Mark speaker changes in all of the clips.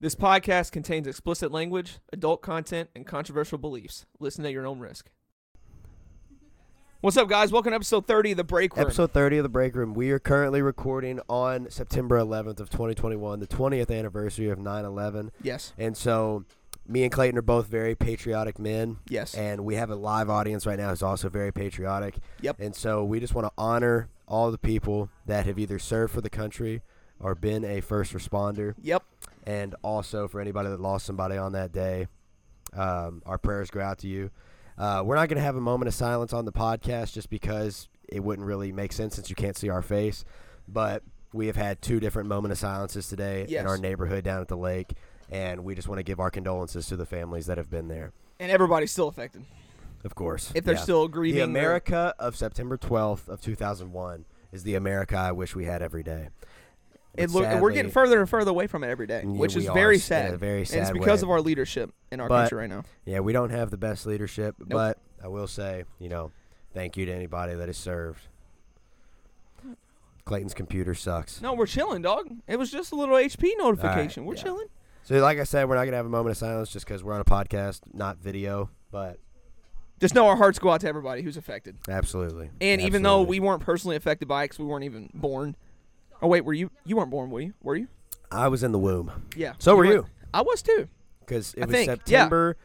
Speaker 1: This podcast contains explicit language, adult content, and controversial beliefs. Listen at your own risk. What's up, guys? Welcome to episode 30 of The Break Room.
Speaker 2: Episode 30 of The Break Room. We are currently recording on September 11th of 2021, the 20th anniversary of 9/11.
Speaker 1: Yes.
Speaker 2: And so me and Clayton are both very patriotic men
Speaker 1: Yes.
Speaker 2: and we have a live audience right now who's also very patriotic.
Speaker 1: Yep.
Speaker 2: And so we just want to honor all the people that have either served for the country or been a first responder
Speaker 1: Yep.
Speaker 2: and also for anybody that lost somebody on that day, um, our prayers go out to you. Uh, we're not going to have a moment of silence on the podcast just because it wouldn't really make sense since you can't see our face. But we have had two different moment of silences today
Speaker 1: Yes.
Speaker 2: in our neighborhood down at the lake, and we just want to give our condolences to the families that have been there.
Speaker 1: And everybody's still affected.
Speaker 2: Of course,
Speaker 1: If they're
Speaker 2: Yeah.
Speaker 1: still
Speaker 2: the
Speaker 1: grieving. they're-
Speaker 2: America of September 12th of 2001 is the America I wish we had every day. But
Speaker 1: It look, and we're getting
Speaker 2: sadly-
Speaker 1: further and further away from it every day,
Speaker 2: Yeah,
Speaker 1: which
Speaker 2: we
Speaker 1: is
Speaker 2: are
Speaker 1: very
Speaker 2: s- in
Speaker 1: sad.
Speaker 2: a very
Speaker 1: and it's
Speaker 2: sad
Speaker 1: because
Speaker 2: way.
Speaker 1: of our leadership in our
Speaker 2: But-
Speaker 1: country right now.
Speaker 2: Yeah, we don't have the best leadership, but I will say, you know, thank you to anybody that has served. Clayton's computer sucks.
Speaker 1: No, we're chilling, dog. It was just a little HP notification. we're
Speaker 2: Uh, yeah.
Speaker 1: chilling.
Speaker 2: So, like I said, we're not going to have a moment of silence just because we're on a podcast, not video, but
Speaker 1: Just know our hearts go out to everybody who's affected.
Speaker 2: absolutely.
Speaker 1: And even though
Speaker 2: Absolutely.
Speaker 1: we weren't personally affected by it because we weren't even born. Oh, wait, were you? You weren't born, were you? Were you?
Speaker 2: I was in the womb.
Speaker 1: Yeah.
Speaker 2: So were you.
Speaker 1: weren't- I was too.
Speaker 2: Because it
Speaker 1: I
Speaker 2: was
Speaker 1: think, yeah.
Speaker 2: September,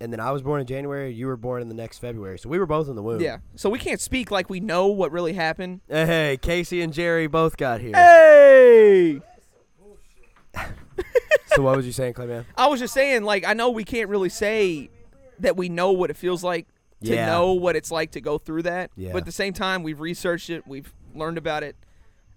Speaker 2: and then I was born in January, you were born in the next February. So, we were both in the womb.
Speaker 1: Yeah. So we can't speak like we know what really happened.
Speaker 2: Hey, Casey and Jerry both got here.
Speaker 1: Hey!
Speaker 2: So, what was you saying, Clayman?
Speaker 1: I was just saying, like, I know we can't really say that we know what it feels like to
Speaker 2: Yeah.
Speaker 1: know what it's like to go through that.
Speaker 2: Yeah.
Speaker 1: But at the same time, we've researched it, we've learned about it,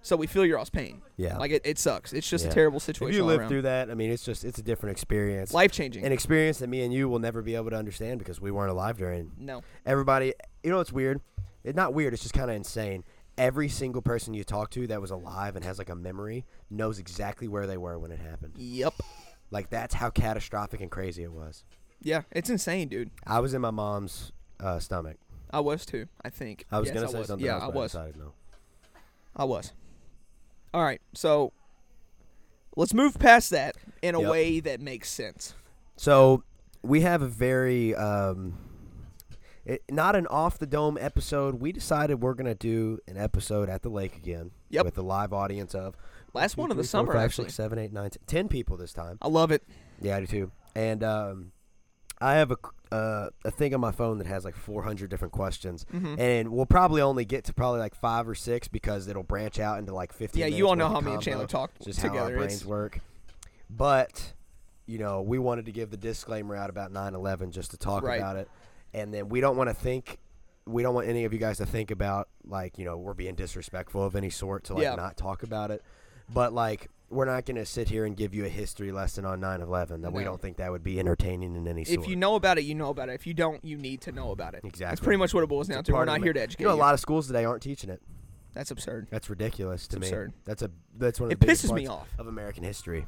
Speaker 1: so we feel your all's pain.
Speaker 2: Yeah.
Speaker 1: Like it, it sucks. It's just a
Speaker 2: Yeah.
Speaker 1: terrible
Speaker 2: If
Speaker 1: situation.
Speaker 2: you
Speaker 1: all
Speaker 2: lived
Speaker 1: around.
Speaker 2: through that, I mean, it's just, it's a different experience.
Speaker 1: life changing.
Speaker 2: an experience that me and you will never be able to understand because we weren't alive during.
Speaker 1: no.
Speaker 2: Everybody, you know, it's weird. It's not weird. It's just kind of insane. Every single person you talk to that was alive and has like a memory knows exactly where they were when it happened.
Speaker 1: Yep.
Speaker 2: Like that's how catastrophic and crazy it was.
Speaker 1: Yeah. It's insane, dude.
Speaker 2: I was in my mom's uh, stomach.
Speaker 1: I was too. I think.
Speaker 2: I was
Speaker 1: Yes,
Speaker 2: gonna
Speaker 1: I
Speaker 2: say
Speaker 1: was.
Speaker 2: something.
Speaker 1: Yeah,
Speaker 2: else,
Speaker 1: I
Speaker 2: but
Speaker 1: was.
Speaker 2: decided no.
Speaker 1: I was. All right. So let's move past that in a
Speaker 2: Yep.
Speaker 1: way that makes sense.
Speaker 2: So we have a very um, it, not an off the dome episode. We decided we're gonna do an episode at the lake again
Speaker 1: Yep.
Speaker 2: with a live audience of
Speaker 1: Last
Speaker 2: two,
Speaker 1: one of the
Speaker 2: three, four,
Speaker 1: summer,
Speaker 2: five,
Speaker 1: actually.
Speaker 2: six, seven, eight, nine, ten. Ten people this time.
Speaker 1: I love it.
Speaker 2: Yeah, I do too. And um, I have a c- uh, a thing on my phone that has like 400 different questions,
Speaker 1: Mm-hmm.
Speaker 2: and we'll probably only get to probably like five or six because it'll branch out into like 15.
Speaker 1: Yeah, you
Speaker 2: minutes
Speaker 1: all know
Speaker 2: worth of
Speaker 1: how me and Chandler
Speaker 2: combo,
Speaker 1: talk
Speaker 2: just How our
Speaker 1: together.
Speaker 2: brains
Speaker 1: It's-
Speaker 2: work, but you know we wanted to give the disclaimer out about 9/11 just to talk
Speaker 1: Right.
Speaker 2: about it, and then we don't want to think. We don't want any of you guys to think about like you know we're being disrespectful of any sort to like
Speaker 1: Yeah.
Speaker 2: not talk about it, but like we're not going to sit here and give you a history lesson on 9/11 that we
Speaker 1: No.
Speaker 2: don't think that would be entertaining in any sort.
Speaker 1: If you know about it, you know about it. If you don't, you need to know about it. That's
Speaker 2: Exactly.
Speaker 1: pretty much what it boils down to. We're
Speaker 2: Part of
Speaker 1: not
Speaker 2: the-
Speaker 1: here to educate
Speaker 2: You know, a lot of schools today aren't teaching it.
Speaker 1: That's absurd.
Speaker 2: That's ridiculous to
Speaker 1: It's
Speaker 2: me.
Speaker 1: absurd.
Speaker 2: That's a that's one of
Speaker 1: It
Speaker 2: the biggest
Speaker 1: pisses me
Speaker 2: parts
Speaker 1: off.
Speaker 2: of American history.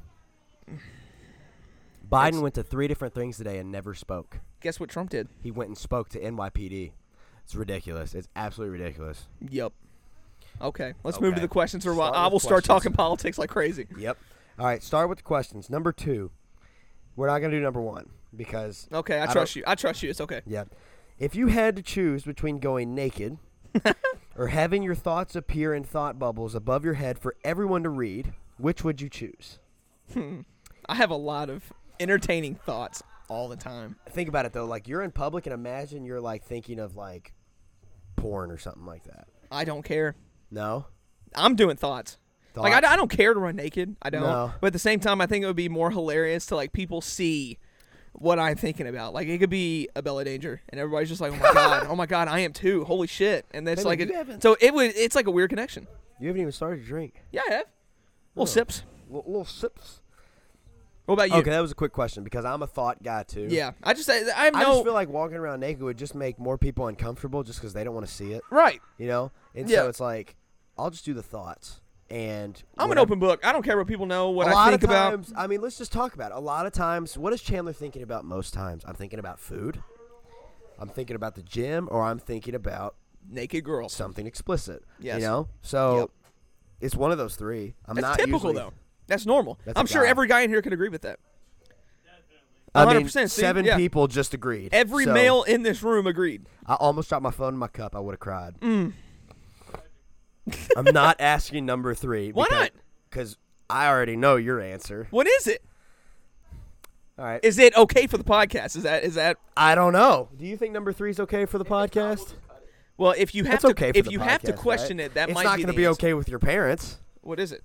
Speaker 1: It's-
Speaker 2: Biden went to three different things today and never spoke.
Speaker 1: Guess what Trump did?
Speaker 2: He went and spoke to NYPD. It's ridiculous. It's absolutely ridiculous.
Speaker 1: Yep. Okay, let's move to
Speaker 2: Okay.
Speaker 1: the questions, or
Speaker 2: Start
Speaker 1: I
Speaker 2: with
Speaker 1: will start
Speaker 2: questions.
Speaker 1: talking politics like crazy.
Speaker 2: Yep. All right, start with the questions. Number 2. We're not going to do number 1 because
Speaker 1: Okay, I,
Speaker 2: don't-
Speaker 1: trust you. I trust you. It's okay.
Speaker 2: Yeah. If you had to choose between going naked or having your thoughts appear in thought bubbles above your head for everyone to read, which would you choose?
Speaker 1: I have a lot of entertaining thoughts all the time.
Speaker 2: Think about it though, like you're in public and imagine you're like thinking of like porn or something like that.
Speaker 1: I don't care.
Speaker 2: No?
Speaker 1: I'm doing thoughts. Like I,
Speaker 2: Thoughts?
Speaker 1: I don't care to run naked. I don't.
Speaker 2: No.
Speaker 1: But at the same time, I think it would be more hilarious to like people see what I'm thinking about. Like it could be a Bella Danger, and everybody's just like, "Oh my god, oh my god, I am too. Holy shit!" And it's
Speaker 2: Baby,
Speaker 1: like,
Speaker 2: you
Speaker 1: it,
Speaker 2: haven't-
Speaker 1: so it would. It's like a weird connection.
Speaker 2: You haven't even started to drink.
Speaker 1: Yeah, I have. Little sips.
Speaker 2: L- little sips.
Speaker 1: What about you?
Speaker 2: Okay, that was a quick question because I'm a thought guy too.
Speaker 1: Yeah, I just I, I have
Speaker 2: I
Speaker 1: no
Speaker 2: just feel like walking around naked would just make more people uncomfortable just because they don't want to see it,
Speaker 1: right.
Speaker 2: you know? And
Speaker 1: Yeah.
Speaker 2: so it's like, I'll just do the thoughts. And
Speaker 1: I'm an
Speaker 2: whatever-
Speaker 1: open book. I don't care what people know. What
Speaker 2: a
Speaker 1: I
Speaker 2: lot
Speaker 1: think
Speaker 2: of
Speaker 1: about.
Speaker 2: times, I mean, let's just talk about it. A lot of times, what is Chandler thinking about most times? I'm thinking about food. I'm thinking about the gym, or I'm thinking about
Speaker 1: Naked girls.
Speaker 2: something explicit.
Speaker 1: Yes.
Speaker 2: You know, so
Speaker 1: Yep.
Speaker 2: it's one of those three. I'm
Speaker 1: That's
Speaker 2: not
Speaker 1: typical
Speaker 2: usually-
Speaker 1: though. That's normal.
Speaker 2: That's a
Speaker 1: I'm sure
Speaker 2: guy.
Speaker 1: every guy in here could agree with that.
Speaker 2: I mean,
Speaker 1: 100%, see?
Speaker 2: seven
Speaker 1: Yeah.
Speaker 2: people just agreed.
Speaker 1: Every
Speaker 2: So,
Speaker 1: male in this room agreed.
Speaker 2: I almost dropped my phone in my cup. I would have cried.
Speaker 1: Mm.
Speaker 2: I'm not asking number three.
Speaker 1: Why not?
Speaker 2: Because I already know your answer.
Speaker 1: What is it?
Speaker 2: All right.
Speaker 1: Is it okay for the podcast? Is that is that
Speaker 2: I don't know. Do you think number three is okay for the podcast?
Speaker 1: well? If you have
Speaker 2: That's
Speaker 1: to,
Speaker 2: okay. For
Speaker 1: if
Speaker 2: the
Speaker 1: you have to
Speaker 2: podcast,
Speaker 1: question
Speaker 2: right?
Speaker 1: it, that
Speaker 2: it's
Speaker 1: might
Speaker 2: not
Speaker 1: be
Speaker 2: gonna
Speaker 1: the
Speaker 2: be
Speaker 1: answer.
Speaker 2: okay with your parents.
Speaker 1: What is it?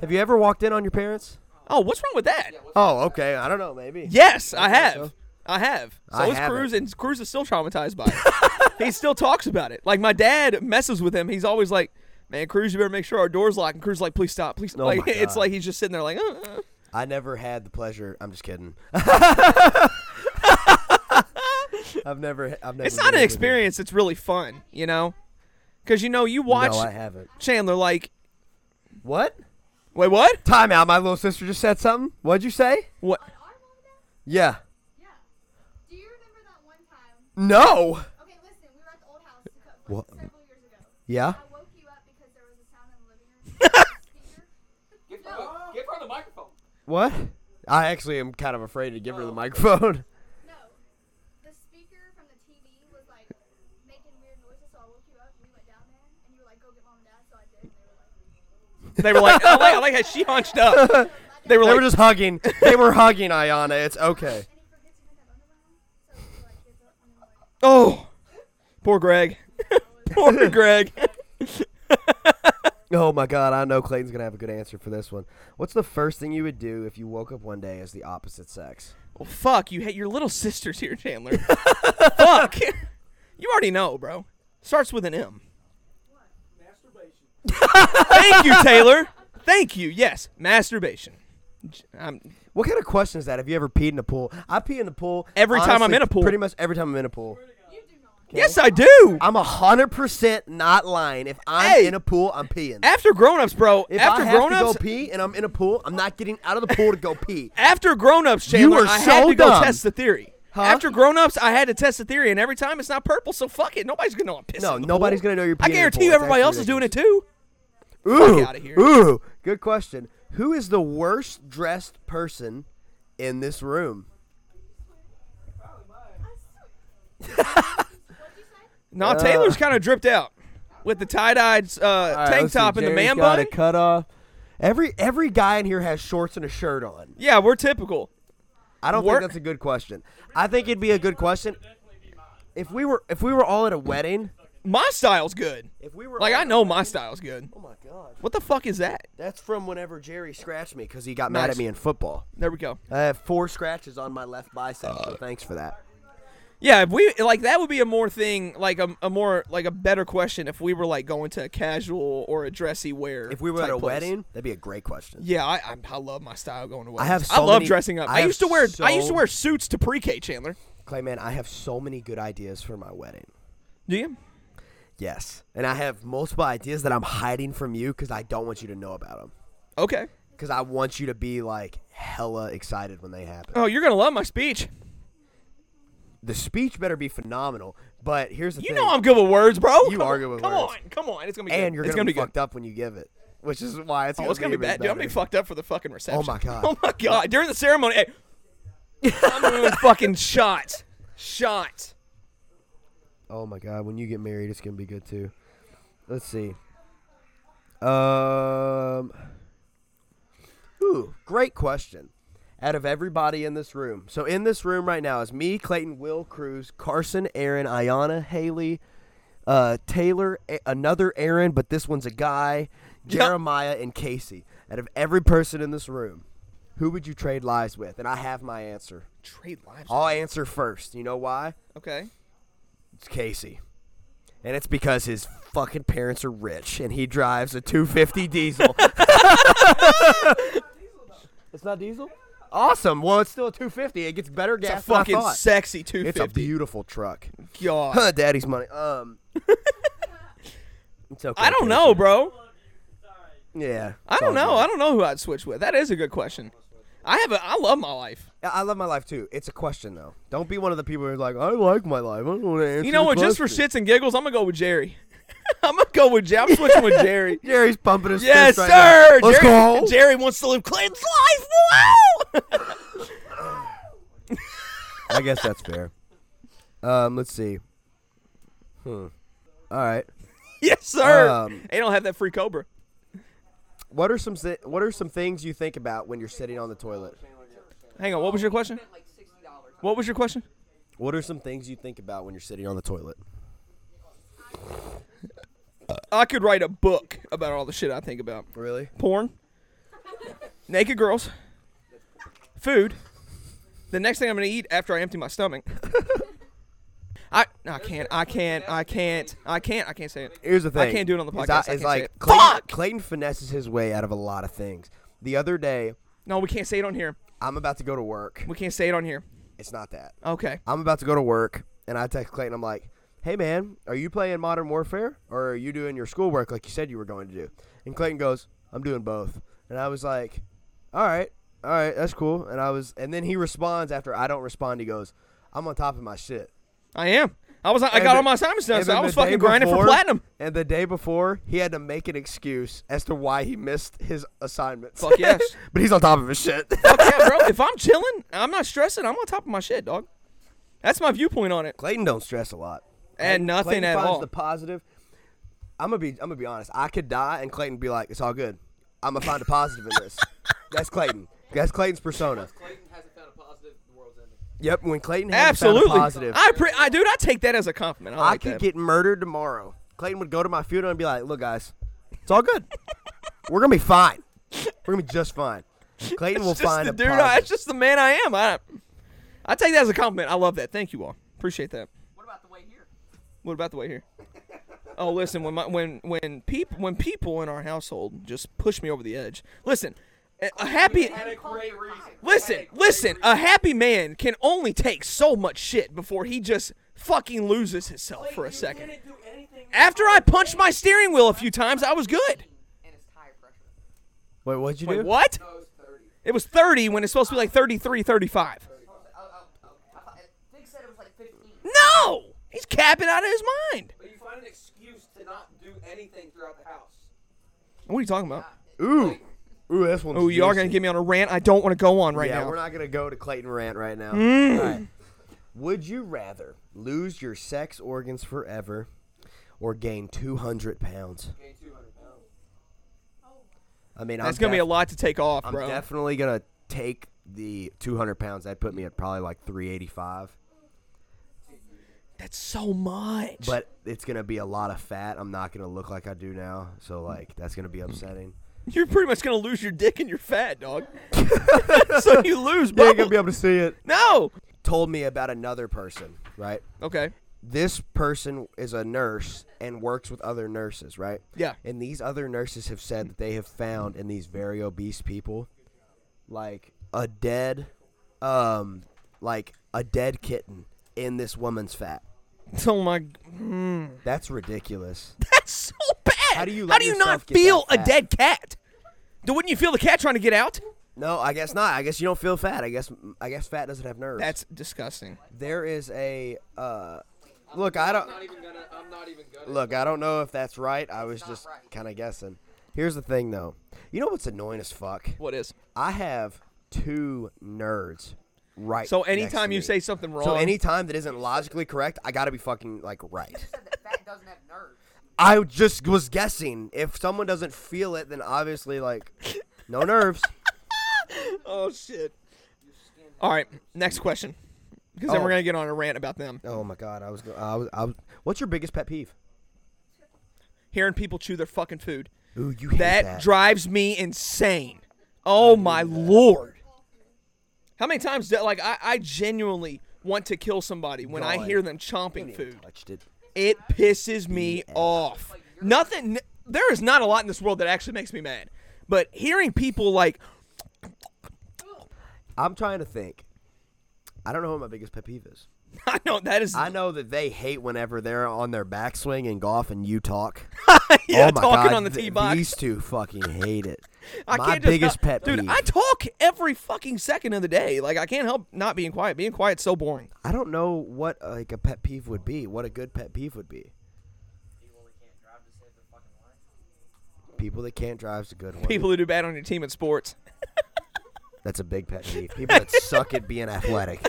Speaker 2: Have you ever walked in on your parents?
Speaker 1: Oh, what's wrong with that?
Speaker 2: Oh, okay. I don't know. Maybe.
Speaker 1: Yes, I
Speaker 2: Okay,
Speaker 1: have.
Speaker 2: so-
Speaker 1: I have. So
Speaker 2: I
Speaker 1: is
Speaker 2: haven't.
Speaker 1: Cruz, and Cruz is still traumatized by it. he still talks about it. Like my dad messes with him. He's always like, "Man, Cruz, you better make sure our door's locked." And Cruz is like, "Please stop, please."
Speaker 2: Oh
Speaker 1: like
Speaker 2: my
Speaker 1: it's
Speaker 2: God.
Speaker 1: like he's just sitting there like, uh, uh.
Speaker 2: I never had the pleasure. I'm just kidding. I've never. I've never.
Speaker 1: "It's not
Speaker 2: been
Speaker 1: an
Speaker 2: with
Speaker 1: experience. It's really fun, you know." Because you know you
Speaker 2: you.
Speaker 1: watch
Speaker 2: No, I haven't.
Speaker 1: Chandler like,
Speaker 2: What?
Speaker 1: wait, what?
Speaker 2: Time out. My little sister just said something. What'd you say?
Speaker 1: What?
Speaker 3: On our Rolodex?
Speaker 2: Yeah.
Speaker 3: Yeah. Do you remember that one time?
Speaker 2: No.
Speaker 3: Okay, listen, we were at the old house a couple,
Speaker 2: What?
Speaker 3: several years ago.
Speaker 2: Yeah.
Speaker 3: I woke you up because there was a sound in the living room. speaker.
Speaker 4: Give her, the, give her the microphone.
Speaker 2: What? I actually am kind of afraid to give her the microphone.
Speaker 3: No. The speaker from the TV was like making weird noises, so I woke you up and we went down there and you were like, go get mom and dad, so I did. And they were like,
Speaker 1: They were like, I like, I like how she hunched up. They were
Speaker 2: They
Speaker 1: like,
Speaker 2: were just hugging. They were hugging Ayana. It's okay.
Speaker 3: and he forgets to put that underwear on, so we were like, gives up and we were like,
Speaker 1: oh, poor Greg, poor Greg.
Speaker 2: Oh my God, I know Clayton's gonna have a good answer for this one. What's the first thing you would do if you woke up one day as the opposite sex?
Speaker 1: Well, fuck, you hate your little sisters here, Chandler. fuck. You already know, bro. Starts with an M. Thank you, Taylor. Thank you. Yes, masturbation. J- um, I'm,
Speaker 2: What kind of question is that? Have you ever peed in a pool? I pee in the pool
Speaker 1: Every time I'm
Speaker 2: honestly,
Speaker 1: in a pool.
Speaker 2: Pretty much every time I'm in a pool.
Speaker 3: you do not.
Speaker 1: yes, I do.
Speaker 2: I'm hundred percent not lying. If I'm
Speaker 1: Hey.
Speaker 2: in a pool, I'm peeing.
Speaker 1: After grown-ups, bro.
Speaker 2: If
Speaker 1: after
Speaker 2: I have to go
Speaker 1: grown-ups.
Speaker 2: pee and I'm in a pool, I'm not getting out of the pool to go pee.
Speaker 1: After grown-ups, Chandler,
Speaker 2: are
Speaker 1: I had
Speaker 2: so
Speaker 1: to go
Speaker 2: dumb.
Speaker 1: test the theory.
Speaker 2: Huh?
Speaker 1: After grown-ups, I had to test the theory, and every time it's not purple, so fuck it. Nobody's gonna know I'm pissing.
Speaker 2: No,
Speaker 1: in the
Speaker 2: nobody's
Speaker 1: pool.
Speaker 2: gonna know you're
Speaker 1: I
Speaker 2: peeing in the
Speaker 1: guarantee
Speaker 2: pool.
Speaker 1: you,
Speaker 2: It's
Speaker 1: everybody else
Speaker 2: actually
Speaker 1: is doing it too.
Speaker 2: Ooh,
Speaker 1: outta here.
Speaker 2: ooh, good question. Who is the worst dressed person in this room?
Speaker 3: What'd you say?
Speaker 2: Uh,
Speaker 1: Nah, Taylor's kind of dripped out with the tie-dyed uh, tank top and the man bun.
Speaker 2: cut off. Every every guy in here has shorts and a shirt on.
Speaker 1: Yeah, we're typical.
Speaker 2: I don't
Speaker 1: Work-
Speaker 2: think that's a good question. I think it'd be a good question if we were if we were all at a wedding.
Speaker 1: My style's good.
Speaker 2: If we were
Speaker 1: Like
Speaker 2: all
Speaker 1: I
Speaker 2: at a
Speaker 1: know
Speaker 2: wedding-
Speaker 1: my style's good.
Speaker 2: Oh my god,
Speaker 1: What the fuck is that?
Speaker 2: that's from whenever Jerry scratched me because he got mad
Speaker 1: Nice.
Speaker 2: at me in football.
Speaker 1: There we go.
Speaker 2: I have four scratches on my left bicep.
Speaker 1: Uh,
Speaker 2: so thanks for that.
Speaker 1: Yeah, if we like that would be a more thing, like a, a more like a better question if we were like going to a casual or a dressy wear.
Speaker 2: If we were at
Speaker 1: type
Speaker 2: a
Speaker 1: place.
Speaker 2: wedding, that'd be a great question.
Speaker 1: Yeah, I, I I love my style going to weddings.
Speaker 2: have so
Speaker 1: love
Speaker 2: many-
Speaker 1: dressing up.
Speaker 2: I
Speaker 1: I,
Speaker 2: have
Speaker 1: used to wear I used to
Speaker 2: so-
Speaker 1: wear suits to pre-K Chandler.
Speaker 2: Clay, man, I have so many good ideas for my wedding.
Speaker 1: Do you?
Speaker 2: Yes, and I have multiple ideas that I'm hiding from you because I don't want you to know about them.
Speaker 1: Okay.
Speaker 2: Because I want you to be like hella excited when they happen.
Speaker 1: Oh, you're gonna love my speech.
Speaker 2: the speech better be phenomenal. But here's the
Speaker 1: You
Speaker 2: thing:
Speaker 1: know I'm good with words, bro.
Speaker 2: You
Speaker 1: come
Speaker 2: are
Speaker 1: on,
Speaker 2: good with
Speaker 1: come
Speaker 2: words.
Speaker 1: on, come on. It's gonna be.
Speaker 2: and
Speaker 1: good.
Speaker 2: you're
Speaker 1: it's
Speaker 2: gonna,
Speaker 1: gonna
Speaker 2: be,
Speaker 1: be good.
Speaker 2: fucked up when you give it, which is why it's
Speaker 1: Oh,
Speaker 2: gonna,
Speaker 1: it's gonna be
Speaker 2: even
Speaker 1: bad. Dude, I'm gonna be
Speaker 2: better.
Speaker 1: fucked up for the fucking reception.
Speaker 2: my God.
Speaker 1: Oh my god! During the ceremony, hey, I'm doing fucking shots, shots.
Speaker 2: Oh my god, when you get married, it's gonna be good too. Let's see. Um, ooh, great question. Out of everybody in this room, so in this room right now is me, Clayton, Will, Cruz, Carson, Aaron, Ayana, Haley, uh, Taylor, a- another Aaron, but this one's a guy, Jeremiah, and Casey. Out of every person in this room, who would you trade lives with? And I have my answer.
Speaker 1: Trade lives.
Speaker 2: I'll answer first. You know why?
Speaker 1: Okay.
Speaker 2: It's Casey. And it's because his fucking parents are rich and he drives a 250 diesel. it's not diesel? Awesome. Well, it's still a 250. It gets better
Speaker 1: It's a
Speaker 2: gas than I
Speaker 1: fucking
Speaker 2: thought.
Speaker 1: sexy
Speaker 2: It's a
Speaker 1: 250.
Speaker 2: beautiful truck.
Speaker 1: God.
Speaker 2: Huh, daddy's money. Um It's okay.
Speaker 1: I don't
Speaker 2: Casey.
Speaker 1: know, bro.
Speaker 2: Yeah.
Speaker 1: I don't know. I don't know who I'd switch with. That is a good question. I have a. I love my life.
Speaker 2: I love my life too. It's a question though. Don't be one of the people who's like, I like my life. I don't want to answer.
Speaker 1: You know
Speaker 2: the
Speaker 1: what? Just for
Speaker 2: question."
Speaker 1: shits and giggles, I'm gonna go with Jerry. I'm gonna go with Jerry. I'm switching with Jerry.
Speaker 2: Jerry's pumping his
Speaker 1: Yes,
Speaker 2: fist right now.
Speaker 1: sir.
Speaker 2: Let's
Speaker 1: Jerry,
Speaker 2: go home.
Speaker 1: Jerry wants to live Clinton's life. Woo!
Speaker 2: I guess that's fair. Um, let's see. Hmm. All right.
Speaker 1: yes, sir.
Speaker 2: Um,
Speaker 1: they don't have that free Cobra.
Speaker 2: What are some thi- What are some things you think about when you're sitting on the toilet?
Speaker 1: Hang on. What was your question?
Speaker 4: Spent like sixty dollars.
Speaker 1: What was your question?
Speaker 2: What are some things you think about when you're sitting on the toilet?
Speaker 1: I could write a book about all the shit I think about.
Speaker 2: Really?
Speaker 1: porn, naked girls, food. The next thing I'm gonna eat after I empty my stomach. I no, I can't I can't I can't I can't I can't say it.
Speaker 2: Here's the thing.
Speaker 1: I can't do it on the
Speaker 2: It's-
Speaker 1: podcast. I can't
Speaker 2: it's like
Speaker 1: say it.
Speaker 2: Clayton,
Speaker 1: Fuck!
Speaker 2: Clayton finesses his way out of a lot of things. The other day,
Speaker 1: No, we can't say it on here.
Speaker 2: I'm about to go to work.
Speaker 1: We can't say it on here.
Speaker 2: It's not that.
Speaker 1: Okay.
Speaker 2: I'm about to go to work, and I text Clayton. I'm like, "Hey man, are you playing Modern Warfare, or are you doing your schoolwork like you said you were going to do?" And Clayton goes, "I'm doing both." And I was like, "All right, all right, that's cool." And I was, and then he responds after I don't respond. He goes, "I'm on top of my shit."
Speaker 1: I am. I was I
Speaker 2: And
Speaker 1: got
Speaker 2: the-
Speaker 1: all my assignments done,
Speaker 2: and
Speaker 1: so
Speaker 2: then
Speaker 1: I was
Speaker 2: the day
Speaker 1: fucking grinding for
Speaker 2: before-
Speaker 1: platinum.
Speaker 2: And the day before, he had to make an excuse as to why he missed his assignments.
Speaker 1: Fuck yes.
Speaker 2: but he's on top of his shit.
Speaker 1: Fuck yeah, bro. If I'm chilling, I'm not stressing. I'm on top of my shit, dog. That's my viewpoint on it.
Speaker 2: Clayton don't stress a lot.
Speaker 1: And nothing
Speaker 2: Clayton
Speaker 1: at
Speaker 2: finds
Speaker 1: all.
Speaker 2: The positive. I'm gonna be. I'm gonna be honest. I could die, and Clayton be like, "It's all good." I'm gonna find a positive in this. That's Clayton. That's Clayton's persona.
Speaker 4: Clayton hasn't found a positive. The world's ending.
Speaker 2: Yep. When Clayton has
Speaker 1: Absolutely.
Speaker 2: found a positive,
Speaker 1: I, pre- I dude, I take that as a compliment. I,
Speaker 2: I
Speaker 1: like
Speaker 2: could
Speaker 1: that.
Speaker 2: get murdered tomorrow. Clayton would go to my funeral and be like, "Look, guys, it's all good. We're gonna be fine. We're gonna be just fine." Clayton will
Speaker 1: It's just
Speaker 2: find
Speaker 1: the
Speaker 2: a
Speaker 1: dude. I,
Speaker 2: positive.
Speaker 1: it's just the man I am. I, I take that as a compliment. I love that. Thank you all. Appreciate that.
Speaker 4: What about the way here?
Speaker 1: What about the way here? Oh, listen. When my, when when people when people in our household just push me over the edge. Listen, a a happy.
Speaker 4: Had a great reason.
Speaker 1: Listen, listen. A happy man can only take so much shit before he just fucking loses himself for a second.
Speaker 4: Didn't do anything.
Speaker 1: After I punched my steering wheel a few times, I was good.
Speaker 4: And it's tire pressure.
Speaker 2: Wait, what'd you do?
Speaker 1: Wait, what?
Speaker 4: I was thirty.
Speaker 1: It was 30 when it's supposed to be like 33, 35.
Speaker 4: Oh, oh, oh. I thought, Vic said it was like fifteen.
Speaker 1: No! He's capping out of his mind.
Speaker 4: But you find an excuse to not do anything throughout the house.
Speaker 1: What are you talking about?
Speaker 2: Ooh, ooh, that's one.
Speaker 1: Oh, you are gonna get me on a rant. I don't want to go on right
Speaker 2: yeah,
Speaker 1: now. Mm.
Speaker 2: we're not gonna go to Clayton rant right now. All right. Would you rather lose your sex organs forever or gain 200 pounds?
Speaker 4: Gain two hundred pounds.
Speaker 2: I mean,
Speaker 1: That's
Speaker 2: I'm
Speaker 1: gonna be a
Speaker 2: def-
Speaker 1: lot to take off,
Speaker 2: I'm
Speaker 1: bro.
Speaker 2: definitely gonna take the 200 pounds. That'd put me at probably like 385.
Speaker 1: That's so much.
Speaker 2: But it's gonna be a lot of fat. I'm not gonna look like I do now, so like that's gonna be upsetting.
Speaker 1: you're pretty much gonna lose your dick and your fat, dog. so you lose, bro.
Speaker 2: able to see it.
Speaker 1: no.
Speaker 2: Told me about another person, right?
Speaker 1: Okay.
Speaker 2: this person is a nurse and works with other nurses, right?
Speaker 1: Yeah.
Speaker 2: And these other nurses have said that they have found in these very obese people like a dead um like a dead kitten in this woman's fat.
Speaker 1: Oh my.
Speaker 2: That's ridiculous.
Speaker 1: That's so bad.
Speaker 2: How do you
Speaker 1: How
Speaker 2: let
Speaker 1: do you
Speaker 2: yourself
Speaker 1: not
Speaker 2: get that
Speaker 1: feel a
Speaker 2: fat?
Speaker 1: dead cat? Dude, wouldn't you feel the cat trying to get out?
Speaker 2: No, I guess not. I guess you don't feel fat. I guess I guess fat doesn't have nerves.
Speaker 1: That's disgusting.
Speaker 2: there is a uh look, I
Speaker 4: I'm
Speaker 2: don't
Speaker 4: not even gonna. I'm not even gonna.
Speaker 2: Look, I don't know if that's right. I was just
Speaker 4: right.
Speaker 2: kind of guessing. Here's the thing though. You know what's annoying as fuck?
Speaker 1: What is?
Speaker 2: I have two nerds right.
Speaker 1: So
Speaker 2: next to
Speaker 1: anytime you
Speaker 2: me.
Speaker 1: say something wrong,
Speaker 2: so anytime that isn't logically correct, I gotta be fucking like right.
Speaker 5: said that fat doesn't have nerves.
Speaker 2: I just was guessing. If someone doesn't feel it, then obviously like no nerves.
Speaker 1: oh shit. All right, next question, because then
Speaker 2: Oh.
Speaker 1: we're gonna get on a rant about them.
Speaker 2: Oh my god, I was, go- I was, I was. What's your biggest pet peeve?
Speaker 1: Hearing people chew their fucking food.
Speaker 2: Ooh, you hate
Speaker 1: that,
Speaker 2: that.
Speaker 1: drives me insane. Oh my lord! How many times do like I, I genuinely want to kill somebody when I
Speaker 2: God.
Speaker 1: hear them chomping
Speaker 2: Didn't even
Speaker 1: food?
Speaker 2: touched it.
Speaker 1: It pisses me off. Nothing. n- There is not a lot in this world that actually makes me mad, but hearing people like
Speaker 2: I'm trying to think. I don't know what my biggest pet peeve is.
Speaker 1: I know that is
Speaker 2: I know that they hate whenever they're on their backswing in golf and you talk.
Speaker 1: yeah,
Speaker 2: oh my
Speaker 1: talking
Speaker 2: God,
Speaker 1: on the
Speaker 2: th-
Speaker 1: tee box.
Speaker 2: These two fucking hate it.
Speaker 1: I
Speaker 2: my
Speaker 1: can't just
Speaker 2: biggest
Speaker 1: not-
Speaker 2: pet
Speaker 1: dude,
Speaker 2: peeve.
Speaker 1: I talk every fucking second of the day. Like I can't help not being quiet. Being quiet's so boring.
Speaker 2: I don't know what like a pet peeve would be. What a good pet peeve would be. People that can't drive's a good one.
Speaker 1: People who do bad on your team in sports.
Speaker 2: That's a big pet peeve. People that suck at being athletic.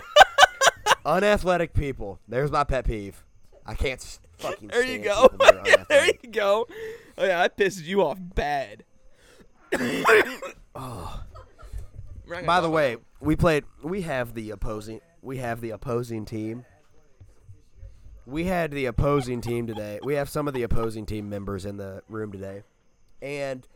Speaker 2: Unathletic people. There's my pet peeve. I can't s- fucking
Speaker 1: There you
Speaker 2: stand
Speaker 1: go.
Speaker 2: people that are
Speaker 1: there
Speaker 2: unathletic.
Speaker 1: you go. Oh, yeah, that pisses you off bad. We're not gonna
Speaker 2: By
Speaker 1: talk
Speaker 2: the
Speaker 1: about
Speaker 2: way, we played. We have the opposing. We have the opposing team. We had the opposing team today. We have some of the opposing team members in the room today, and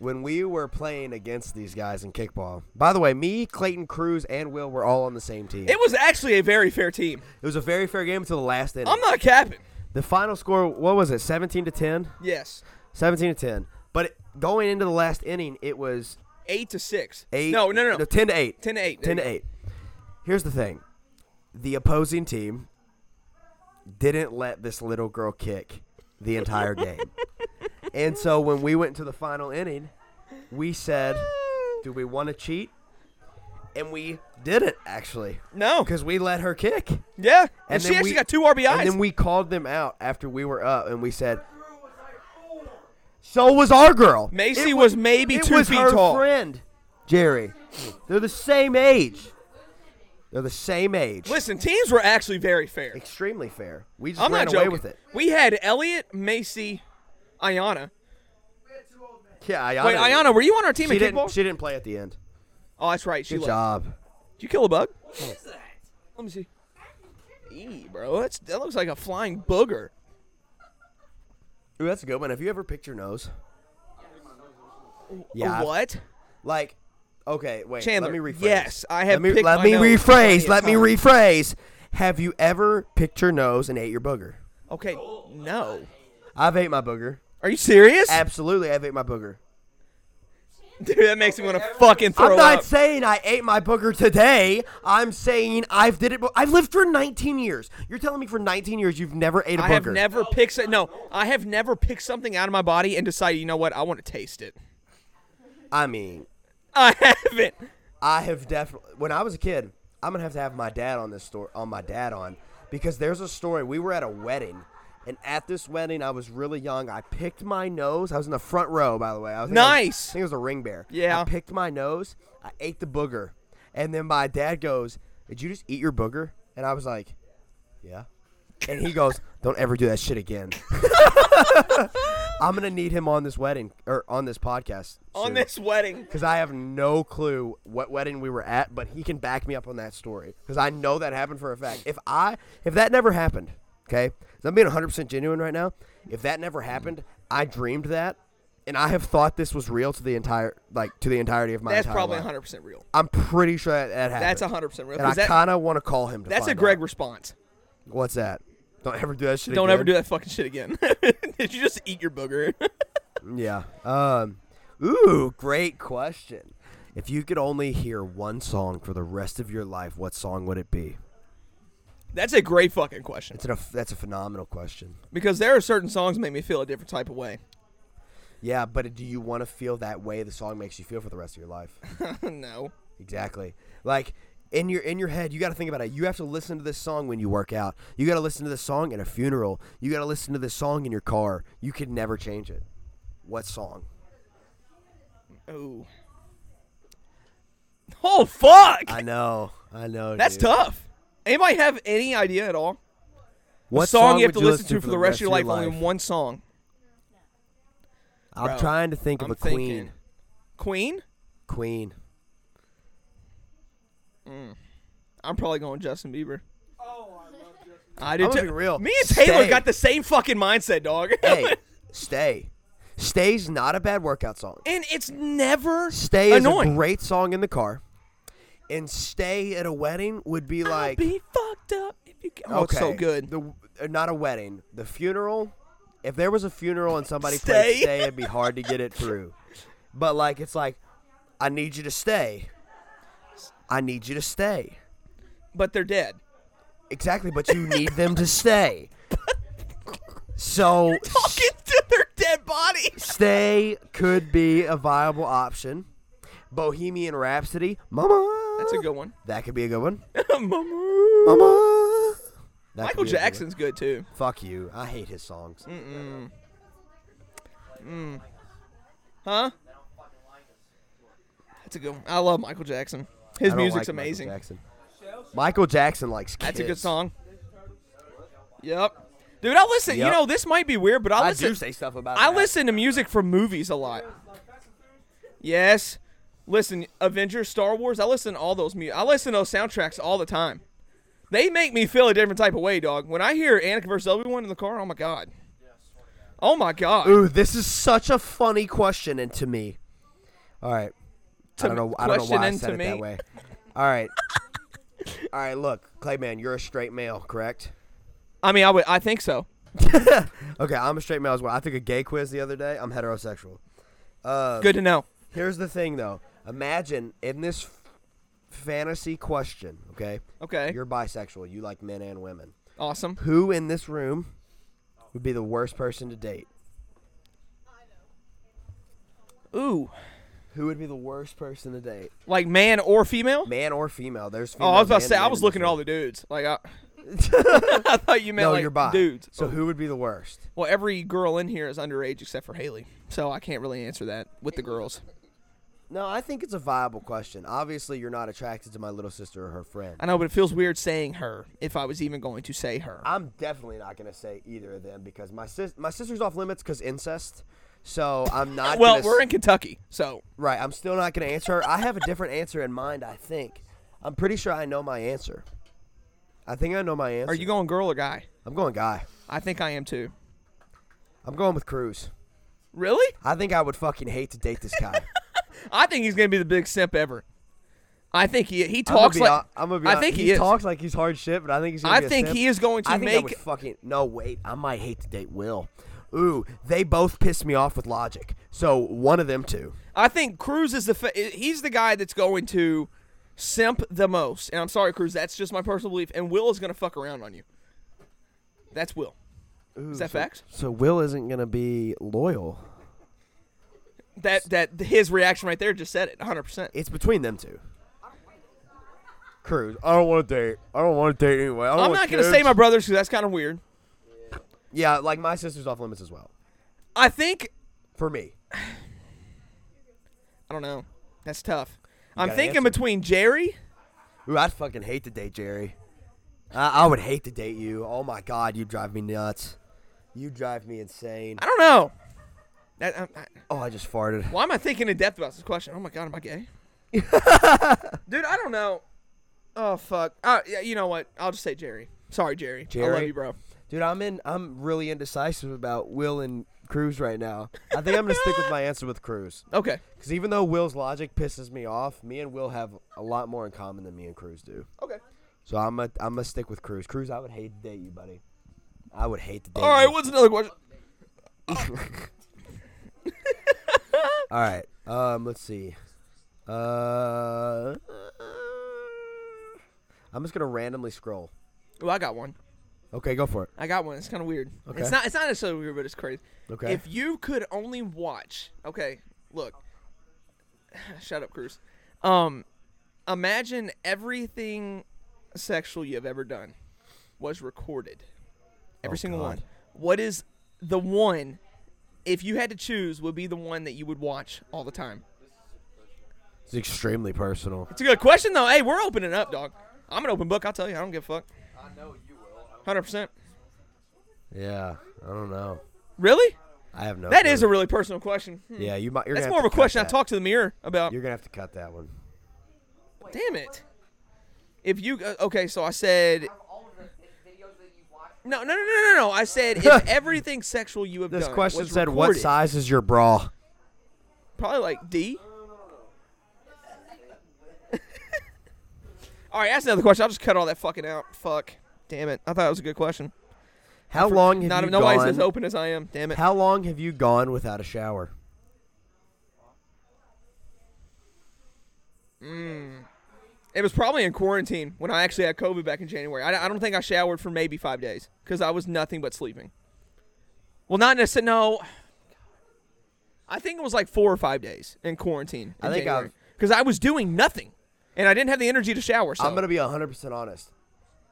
Speaker 2: when we were playing against these guys in kickball. By the way, me, Clayton Cruz, and Will were all on the same team.
Speaker 1: It
Speaker 2: It
Speaker 1: was actually a very fair team.
Speaker 2: was a very fair game until the last inning.
Speaker 1: I'm not capping.
Speaker 2: the final score, what was it? Seventeen to ten.
Speaker 1: Yes.
Speaker 2: 17 to 10. But it, going into the last inning, it was
Speaker 1: Eight to six.
Speaker 2: 8
Speaker 1: No, no, no.
Speaker 2: 10 to 8.
Speaker 1: 10 to eight.
Speaker 2: 10 to 8. Here's the thing. The opposing team didn't let this little girl kick the entire game. and so when we went to the final inning, we said, "Do we want to cheat?" And we didn't actually
Speaker 1: No.
Speaker 2: because we let her kick. And,
Speaker 1: Yeah. And, she actually got two RBIs.
Speaker 2: And then we called them out after we were up and we said, so was our girl.
Speaker 1: Macy
Speaker 2: It
Speaker 1: was maybe
Speaker 2: it
Speaker 1: two
Speaker 2: was
Speaker 1: feet
Speaker 2: her
Speaker 1: tall.
Speaker 2: Friend, Jerry. They're the same age. They're the same age.
Speaker 1: Listen, teams were actually very fair.
Speaker 2: Extremely fair. We just
Speaker 1: I'm
Speaker 2: ran
Speaker 1: not
Speaker 2: away
Speaker 1: joking.
Speaker 2: with it.
Speaker 1: We had Elliot, Macy, Ayana.
Speaker 2: Yeah, Ayana.
Speaker 1: Wait, Ayana, were you on our team
Speaker 2: she
Speaker 1: in kickball?
Speaker 2: didn't. She didn't play at the end.
Speaker 1: oh, that's right. She
Speaker 2: Good
Speaker 1: left.
Speaker 2: job.
Speaker 1: Did you kill a bug? What is that? Let me see. Eee, bro, that's, that looks like a flying booger.
Speaker 2: Ooh, that's a good one. Have you ever picked your nose?
Speaker 1: A
Speaker 2: Yeah. I've-
Speaker 1: what?
Speaker 2: Like, okay, wait.
Speaker 1: Chandler,
Speaker 2: let me rephrase.
Speaker 1: yes, I have
Speaker 2: Let me,
Speaker 1: picked
Speaker 2: let
Speaker 1: my
Speaker 2: me
Speaker 1: nose plenty
Speaker 2: rephrase.
Speaker 1: of
Speaker 2: Let me
Speaker 1: times.
Speaker 2: rephrase. Have you ever picked your nose and ate your booger?
Speaker 1: Okay, no.
Speaker 2: I've ate my booger.
Speaker 1: Are you serious?
Speaker 2: Absolutely, I've ate my booger.
Speaker 1: Dude, that makes me want to fucking throw
Speaker 2: I'm not
Speaker 1: up.
Speaker 2: saying I ate my booger today. I'm saying I've did it. be- I've lived for 19 years. You're telling me for 19 years you've never ate a
Speaker 1: I
Speaker 2: booger?
Speaker 1: have never picked so- no. I have never picked something out of my body and decided, you know what, I want to taste it.
Speaker 2: I mean,
Speaker 1: I haven't.
Speaker 2: I have definitely. When I was a kid, I'm gonna have to have my dad on this story. On my dad on because there's a story. We were at a wedding, and at this wedding, I was really young. I picked my nose. I was in the front row, by the way. I was, I think I was-
Speaker 1: Nice.
Speaker 2: I think it was a ring bear.
Speaker 1: Yeah.
Speaker 2: I picked my nose. I ate the booger, and then my dad goes, "Did you just eat your booger?" And I was like, "Yeah." And he goes, "Don't ever do that shit again." I'm gonna need him on this wedding or on this podcast.
Speaker 1: On
Speaker 2: soon
Speaker 1: this wedding,
Speaker 2: because I have no clue what wedding we were at, but he can back me up on that story because I know that happened for a fact. If I if that never happened, okay, 'cause I'm being 100 percent genuine right now. If that never happened, I dreamed that, and I have thought this was real to the entire like to the entirety of my.
Speaker 1: that's
Speaker 2: entire
Speaker 1: probably
Speaker 2: life.
Speaker 1: 100 percent real.
Speaker 2: I'm pretty sure that, that happened.
Speaker 1: That's 100 percent real.
Speaker 2: And I
Speaker 1: 'cause that-
Speaker 2: kind of want to call him. To
Speaker 1: that's a
Speaker 2: find
Speaker 1: Greg
Speaker 2: out.
Speaker 1: response.
Speaker 2: What's that? Don't ever do that shit.
Speaker 1: Don't
Speaker 2: again.
Speaker 1: ever do that fucking shit again. Did you just eat your booger?
Speaker 2: Yeah. Um. Ooh, great question. If you could only hear one song for the rest of your life, what song would it be?
Speaker 1: that's a great fucking question
Speaker 2: That's a that's a phenomenal question.
Speaker 1: because there are certain songs that make me feel a different type of way.
Speaker 2: Yeah, but do you want to feel that way the song makes you feel for the rest of your life?
Speaker 1: no.
Speaker 2: exactly. Like in your in your head, you got to think about it. You have to listen to this song when you work out. You got to listen to this song at a funeral. You got to listen to this song in your car. You could never change it. What song?
Speaker 1: Oh. Oh fuck!
Speaker 2: I know. I know.
Speaker 1: That's
Speaker 2: dude.
Speaker 1: tough. Anybody have any idea at all?
Speaker 2: What
Speaker 1: a song, you have
Speaker 2: would
Speaker 1: to listen to for the rest of your life? Only one song.
Speaker 2: I'm
Speaker 1: Bro,
Speaker 2: trying to think
Speaker 1: I'm
Speaker 2: of a
Speaker 1: thinking.
Speaker 2: Queen.
Speaker 1: Queen.
Speaker 2: Queen.
Speaker 1: I'm probably going Justin Bieber. Oh, I love Justin. I do
Speaker 2: I'm gonna
Speaker 1: too.
Speaker 2: be real.
Speaker 1: Me and Taylor
Speaker 2: Stay.
Speaker 1: got the same fucking mindset, dog.
Speaker 2: Hey, stay. Stay's not a bad workout song.
Speaker 1: and it's never
Speaker 2: Stay is
Speaker 1: annoying.
Speaker 2: a great song in the car. And stay at a wedding would be like
Speaker 1: I'll be fucked up if you. Can. Oh, it's so
Speaker 2: okay,
Speaker 1: good.
Speaker 2: The uh, not a wedding, the funeral. If there was a funeral and somebody
Speaker 1: Stay.
Speaker 2: played stay, it'd be hard to get it through. But like it's like I need you to stay. I need you to stay.
Speaker 1: but they're dead.
Speaker 2: Exactly, but you need them to stay. So
Speaker 1: Talking to their dead bodies.
Speaker 2: Stay could be a viable option. Bohemian Rhapsody, Mama.
Speaker 1: That's a good one.
Speaker 2: That could be a good one.
Speaker 1: Mama.
Speaker 2: Mama.
Speaker 1: Michael Mm.
Speaker 2: That could be a good one.
Speaker 1: Jackson's good too.
Speaker 2: Fuck you. I hate his songs.
Speaker 1: Huh? That's a good one. I love Michael Jackson.
Speaker 2: I
Speaker 1: His
Speaker 2: don't
Speaker 1: music's
Speaker 2: like
Speaker 1: amazing.
Speaker 2: Michael Jackson. Michael Jackson likes kids.
Speaker 1: That's a good song. Yep. Dude, I listen. You
Speaker 2: Yep.
Speaker 1: know, this might be weird, but I
Speaker 5: I
Speaker 1: listen.
Speaker 5: do say stuff about.
Speaker 1: I
Speaker 5: that.
Speaker 1: listen to music from movies a lot. Yes. Listen, Avengers, Star Wars, I listen to all those mu- I listen to those soundtracks all the time. They make me feel a different type of way, dog. When I hear Anakin versus Obi-Wan in the car, oh my god. Oh my god.
Speaker 2: Ooh, this is such a funny question, and to me, all right. I don't
Speaker 1: me-
Speaker 2: know. I don't know
Speaker 1: question
Speaker 2: why I
Speaker 1: and
Speaker 2: said
Speaker 1: to
Speaker 2: it that
Speaker 1: me.
Speaker 2: way. All right. All right. Look, Clayman, you're a straight male, correct?
Speaker 1: I mean, I would I think so.
Speaker 2: Okay, I'm a straight male as well. I took a gay quiz the other day. I'm heterosexual. Uh,
Speaker 1: Good to know.
Speaker 2: Here's the thing, though. Imagine in this f- fantasy question, okay?
Speaker 1: Okay.
Speaker 2: You're bisexual. You like men and women.
Speaker 1: awesome.
Speaker 2: Who in this room would be the worst person to date?
Speaker 1: Ooh.
Speaker 2: Who would be the worst person to date?
Speaker 1: Like man or female?
Speaker 2: Man or female? There's female,
Speaker 1: Oh, I was about to
Speaker 2: man,
Speaker 1: say I
Speaker 2: man
Speaker 1: was
Speaker 2: in this
Speaker 1: looking at
Speaker 2: room.
Speaker 1: all the dudes. Like I, I thought you meant
Speaker 2: no,
Speaker 1: like
Speaker 2: you're bi.
Speaker 1: dudes. Oh.
Speaker 2: So who would be the worst?
Speaker 1: Well, every girl in here is underage except for Haley, so I can't really answer that with the girls.
Speaker 2: No, I think it's a viable question. Obviously, you're not attracted to my little sister or her friend.
Speaker 1: I know, but it feels weird saying her if I was even going to say her.
Speaker 2: I'm definitely not gonna say either of them because my sis- my sister's off limits because incest. So I'm not.
Speaker 1: well,
Speaker 2: gonna s-
Speaker 1: we're in Kentucky, so
Speaker 2: Right, I'm still not gonna answer. her. I have a different answer in mind. I think. I'm pretty sure I know my answer. I think I know my answer.
Speaker 1: are you going girl or guy?
Speaker 2: I'm going guy.
Speaker 1: I think I am too.
Speaker 2: I'm going with Cruz.
Speaker 1: Really?
Speaker 2: I think I would fucking hate to date this guy.
Speaker 1: I think he's gonna be the big simp ever. I think he he
Speaker 2: I'm gonna
Speaker 1: talks
Speaker 2: be
Speaker 1: like
Speaker 2: hon- I'm gonna be
Speaker 1: I
Speaker 2: hon-
Speaker 1: think
Speaker 2: he,
Speaker 1: he, is.
Speaker 2: talks like he's hard shit, but I think he's. Gonna
Speaker 1: I
Speaker 2: be a
Speaker 1: think
Speaker 2: simp.
Speaker 1: he is going to
Speaker 2: I think I
Speaker 1: make
Speaker 2: would fucking no wait. I might hate to date Will. Ooh, they both piss me off with logic. So one of them two.
Speaker 1: I think Cruz is the fa- he's the guy that's going to simp the most. And I'm sorry, Cruz, that's just my personal belief. And Will is going to fuck around on you. That's Will. is that facts?
Speaker 2: So Will isn't gonna be loyal.
Speaker 1: That that his reaction right there just said it 100%.
Speaker 2: It's between them two. Cruz, I don't want to date. I don't want to date anyway. I don't
Speaker 1: I'm
Speaker 2: want
Speaker 1: not going to
Speaker 2: kids.
Speaker 1: say my brothers cuz that's kind of weird.
Speaker 2: Yeah, like my sister's off limits as well.
Speaker 1: I think
Speaker 2: For me,
Speaker 1: I don't know. That's tough. I'm
Speaker 2: gotta
Speaker 1: thinking
Speaker 2: answer.
Speaker 1: between Jerry.
Speaker 2: ooh, I'd fucking hate to date Jerry. I, I would hate to date you. Oh my god, you drive me nuts. You drive me insane.
Speaker 1: I don't know. That, I, I,
Speaker 2: Oh, I just farted.
Speaker 1: why am I thinking in depth about this question? Oh my god, am I gay? Dude, I don't know. Oh fuck. Uh, yeah, you know what? I'll just say Jerry. Sorry, Jerry. I love
Speaker 2: Jerry?
Speaker 1: you, bro.
Speaker 2: Dude, I'm in. I'm really indecisive about Will and Cruz right now. I think I'm gonna stick with my answer with Cruz
Speaker 1: Okay.
Speaker 2: because even though Will's logic pisses me off, me and Will have a lot more in common than me and Cruz do.
Speaker 1: Okay.
Speaker 2: So I'm a, I'm gonna stick with Cruz. Cruz, I would hate to date you, buddy. I would hate to date.
Speaker 1: All right.
Speaker 2: you.
Speaker 1: What's another question?
Speaker 2: All right. Um, let's see. Uh, I'm just gonna randomly scroll.
Speaker 1: Oh, I got one.
Speaker 2: Okay, go for it.
Speaker 1: I got one. It's kind of weird.
Speaker 2: Okay.
Speaker 1: It's not. It's not necessarily weird, but it's crazy.
Speaker 2: Okay.
Speaker 1: If you could only watch. Okay. Look. Shut up, Cruz. Um, imagine everything sexual you have ever done was recorded. Every
Speaker 2: Oh,
Speaker 1: single
Speaker 2: God.
Speaker 1: one. What is the one? If you had to choose, would be the one that you would watch all the time.
Speaker 2: It's extremely personal.
Speaker 1: It's a good question though. Hey, we're opening up, dog. I'm an open book. I'll tell you. I don't give a fuck.
Speaker 4: I know you will.
Speaker 1: Hundred percent.
Speaker 2: Yeah, I don't know.
Speaker 1: Really?
Speaker 2: I have no.
Speaker 1: That is a
Speaker 2: clue.
Speaker 1: really personal question. Hmm.
Speaker 2: yeah. You might. You're
Speaker 1: That's
Speaker 2: gonna
Speaker 1: more of
Speaker 2: have
Speaker 1: a
Speaker 2: to cut
Speaker 1: question I
Speaker 2: that.
Speaker 1: talk to the mirror about.
Speaker 2: You're gonna have to cut that one.
Speaker 1: Damn it. If you uh, okay, so I said
Speaker 4: Of all of the videos that you've watched,
Speaker 1: no, no, no, no, no, no. I said if everything sexual you have
Speaker 2: This
Speaker 1: done
Speaker 2: question
Speaker 1: was
Speaker 2: said, "What
Speaker 1: recorded,
Speaker 2: size is your bra?"
Speaker 1: Probably like D. all right, that's another question. I'll just cut all that fucking out. Fuck. Damn it. I thought it was a good question.
Speaker 2: How long have
Speaker 1: Not
Speaker 2: you
Speaker 1: nobody's
Speaker 2: gone?
Speaker 1: as open as I am. Damn it.
Speaker 2: How long have you gone without a shower?
Speaker 1: It was probably in quarantine when I actually had COVID back in January. I, I don't think I showered for maybe five days because I was nothing but sleeping. Well, not necessarily. No, I think it was like four or five days in quarantine.
Speaker 2: I think I've-
Speaker 1: because I was doing nothing, and I didn't have the energy to shower. So
Speaker 2: I'm gonna be 100 percent honest.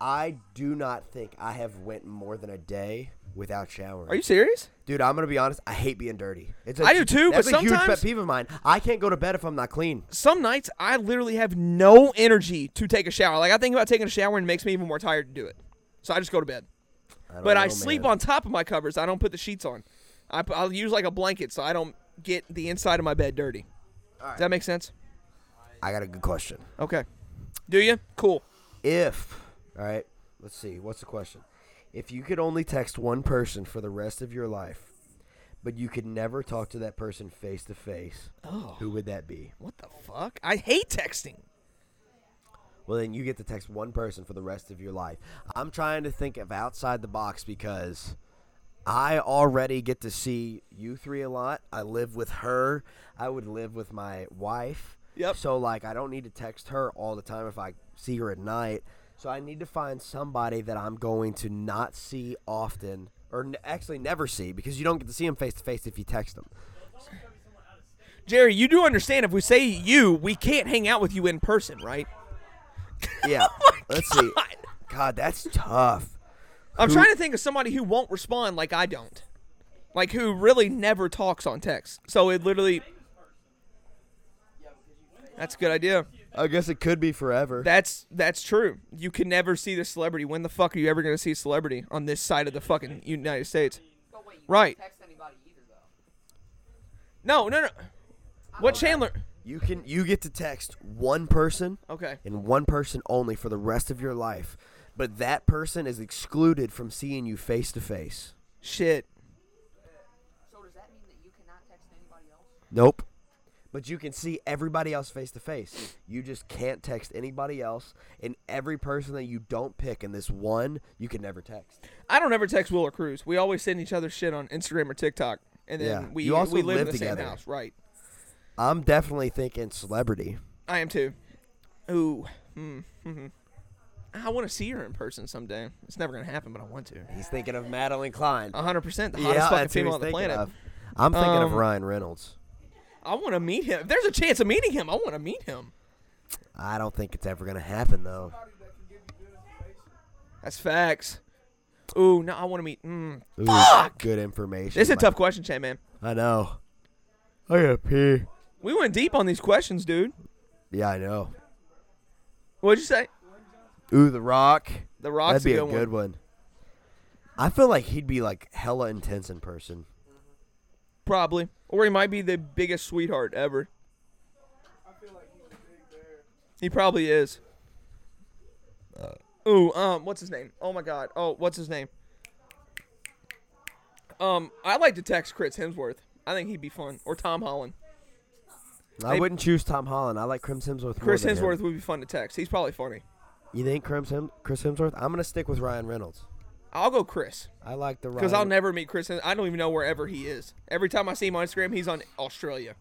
Speaker 2: I do not think I have went more than a day without showering.
Speaker 1: Are you serious?
Speaker 2: Dude, I'm gonna be honest. I hait being dirty. It's a
Speaker 1: I do too,
Speaker 2: That's
Speaker 1: but
Speaker 2: a huge
Speaker 1: sometimes-
Speaker 2: pet peeve of mine. I can't go to bed if I'm not clean.
Speaker 1: Some nights I literally have no energy to take a shower. Like I think about taking a shower and it makes me even more tired to do it. So I just go to bed.
Speaker 2: I don't
Speaker 1: But I
Speaker 2: know,
Speaker 1: sleep
Speaker 2: Oh, man.
Speaker 1: on top of my covers. I don't put the sheets on. I, pu- I'll use like a blanket so I don't get the inside of my bed dirty. Does that make sense?
Speaker 2: I got a good question.
Speaker 1: Okay. Do you? Cool.
Speaker 2: If all right, let's see. What's the question? If you could only text one person for the rest of your life, but you could never talk to that person face to face,
Speaker 1: Oh.
Speaker 2: who would that be?
Speaker 1: What the fuck? I hate texting.
Speaker 2: Well, then you get to text one person for the rest of your life. I'm trying to think of outside the box because I already get to see you three a lot. I live with her. I would live with my wife.
Speaker 1: Yep.
Speaker 2: So like I don't need to text her all the time if I see her at night. So I need to find somebody that I'm going to not see often or n- actually never see because you don't get to see them face to face if you text them.
Speaker 1: Jerry, you do understand if we say you, we can't hang out with you in person, right?
Speaker 2: Yeah. Let's see. God, that's tough.
Speaker 1: I'm
Speaker 2: Who-
Speaker 1: trying to think of somebody who won't respond like I don't. Like who really never talks on text. So it literally That's a good idea.
Speaker 2: I guess it could be forever.
Speaker 1: That's that's true. You can never see the celebrity. When the fuck are you ever gonna see a celebrity on this side of the fucking United States?
Speaker 4: But wait, you
Speaker 1: Right.
Speaker 4: can't text anybody either, though.
Speaker 1: No, no, no. What Chandler?
Speaker 2: You can you get to text one person
Speaker 1: Okay.
Speaker 2: and one person only for the rest of your life, but that person is excluded from seeing you face to face.
Speaker 1: Shit.
Speaker 4: So does that mean that you cannot text anybody else?
Speaker 2: Nope. But you can see everybody else face to face. You just can't text anybody else, and every person that you don't pick in this one, you can never text.
Speaker 1: I don't ever text Will or Cruz. We always send each other shit on Instagram or TikTok, and then
Speaker 2: Yeah.
Speaker 1: we
Speaker 2: You also
Speaker 1: we live, in
Speaker 2: live
Speaker 1: the
Speaker 2: together.
Speaker 1: same house, right?
Speaker 2: I'm definitely thinking celebrity.
Speaker 1: I am too. Ooh, hmm. mhm. I want to see her in person someday. It's never gonna happen, but I want to.
Speaker 2: He's thinking of Madeline Klein.
Speaker 1: A hundred percent, the
Speaker 2: Yeah,
Speaker 1: Uh, hottest fucking
Speaker 2: that's who
Speaker 1: female
Speaker 2: he's
Speaker 1: on the
Speaker 2: thinking
Speaker 1: planet.
Speaker 2: of. I'm thinking of
Speaker 1: Um,
Speaker 2: Ryan Reynolds.
Speaker 1: I want to meet him. If there's a chance of meeting him, I want to meet him.
Speaker 2: I don't think it's ever gonna happen though.
Speaker 1: That's facts. Ooh, no, I want to meet. Mm.
Speaker 2: Ooh,
Speaker 1: Fuck!
Speaker 2: Good information.
Speaker 1: This is a
Speaker 2: Mike.
Speaker 1: tough question, Chad. Man,
Speaker 2: I know. I gotta pee.
Speaker 1: we went deep on these questions, dude.
Speaker 2: Yeah, I know.
Speaker 1: What'd you say?
Speaker 2: Ooh, The Rock.
Speaker 1: The Rock's
Speaker 2: That'd be
Speaker 1: a good, one.
Speaker 2: one. I feel like he'd be like hella intense in person.
Speaker 1: Probably. Or he might be the biggest sweetheart ever. He probably is. Ooh, um, what's his name? Oh my god. Oh, what's his name? Um, I like to text Chris Hemsworth. I think he'd be fun. Or Tom Holland.
Speaker 2: I
Speaker 1: They-
Speaker 2: wouldn't choose Tom Holland. I like Chris Hemsworth. more
Speaker 1: Chris
Speaker 2: than him.
Speaker 1: Hemsworth would be fun to text. He's probably funny.
Speaker 2: You think Chris, Hem- Chris Hemsworth? I'm gonna stick with Ryan Reynolds.
Speaker 1: I'll go Chris
Speaker 2: I like the
Speaker 1: because
Speaker 2: Ryan.
Speaker 1: I'll never meet Chris. Hem- I don't even know wherever he is. Every time I see him on Instagram, he's on Australia.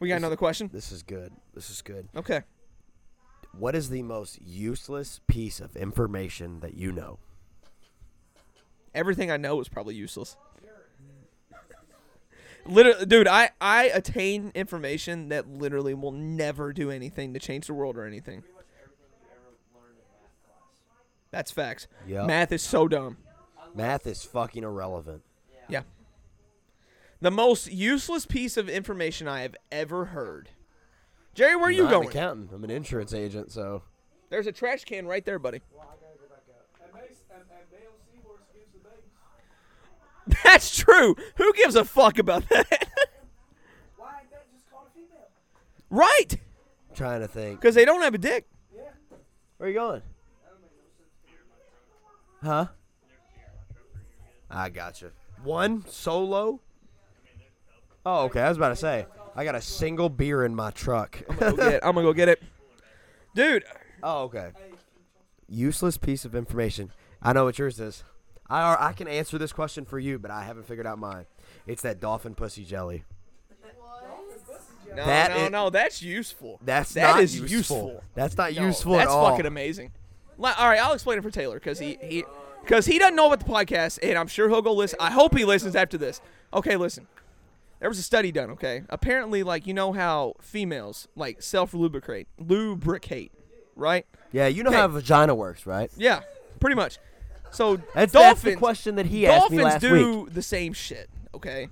Speaker 1: We got another question.
Speaker 2: This is good. This is good.
Speaker 1: Okay.
Speaker 2: What is the most useless piece of information that you know?
Speaker 1: everything I know is probably useless. literally, dude, I I attain information that literally will never do anything to change the world or anything. That's facts.
Speaker 2: Yeah.
Speaker 1: Math is so dumb.
Speaker 2: Math is fucking irrelevant.
Speaker 1: Yeah. The most useless piece of information I have ever heard. Jerry, where are you
Speaker 2: I'm
Speaker 1: going?
Speaker 2: An accountant. I'm an insurance agent, so
Speaker 1: There's a trash can right there, buddy. That's true. Who gives a fuck about that?
Speaker 4: Why ain't that just called a female?
Speaker 1: right?
Speaker 2: trying to think.
Speaker 1: Because they don't have a dick.
Speaker 2: Where are you going? Huh? I gotcha. One solo? Oh, okay. I was about to say, I got a single beer in my truck.
Speaker 1: Go get it. I'm gonna go get it, dude.
Speaker 2: oh, okay. Useless piece of information. I know what yours is. I are, I can answer this question for you, but I haven't figured out mine. It's that dolphin pussy jelly.
Speaker 1: No,
Speaker 2: That
Speaker 1: no,
Speaker 2: is-
Speaker 1: no. That's useful.
Speaker 2: That's
Speaker 1: That
Speaker 2: not
Speaker 1: is
Speaker 2: useful.
Speaker 1: useful.
Speaker 2: That's not
Speaker 1: No,
Speaker 2: useful
Speaker 1: That's
Speaker 2: at all.
Speaker 1: fucking amazing. Li- all right, I'll explain it for Taylor because he he because he doesn't know about the podcast, and I'm sure he'll go listen. I hope he listens after this. Okay, listen. There was a study done. Okay, apparently, like you know how females like self lubricate, lubricate, right?
Speaker 2: Yeah, you know
Speaker 1: Okay.
Speaker 2: how vagina works, right?
Speaker 1: Yeah, pretty much. So
Speaker 2: That's,
Speaker 1: dolphins,
Speaker 2: that's the question that he asked me
Speaker 1: dolphins
Speaker 2: last
Speaker 1: do
Speaker 2: week.
Speaker 1: the same shit, okay?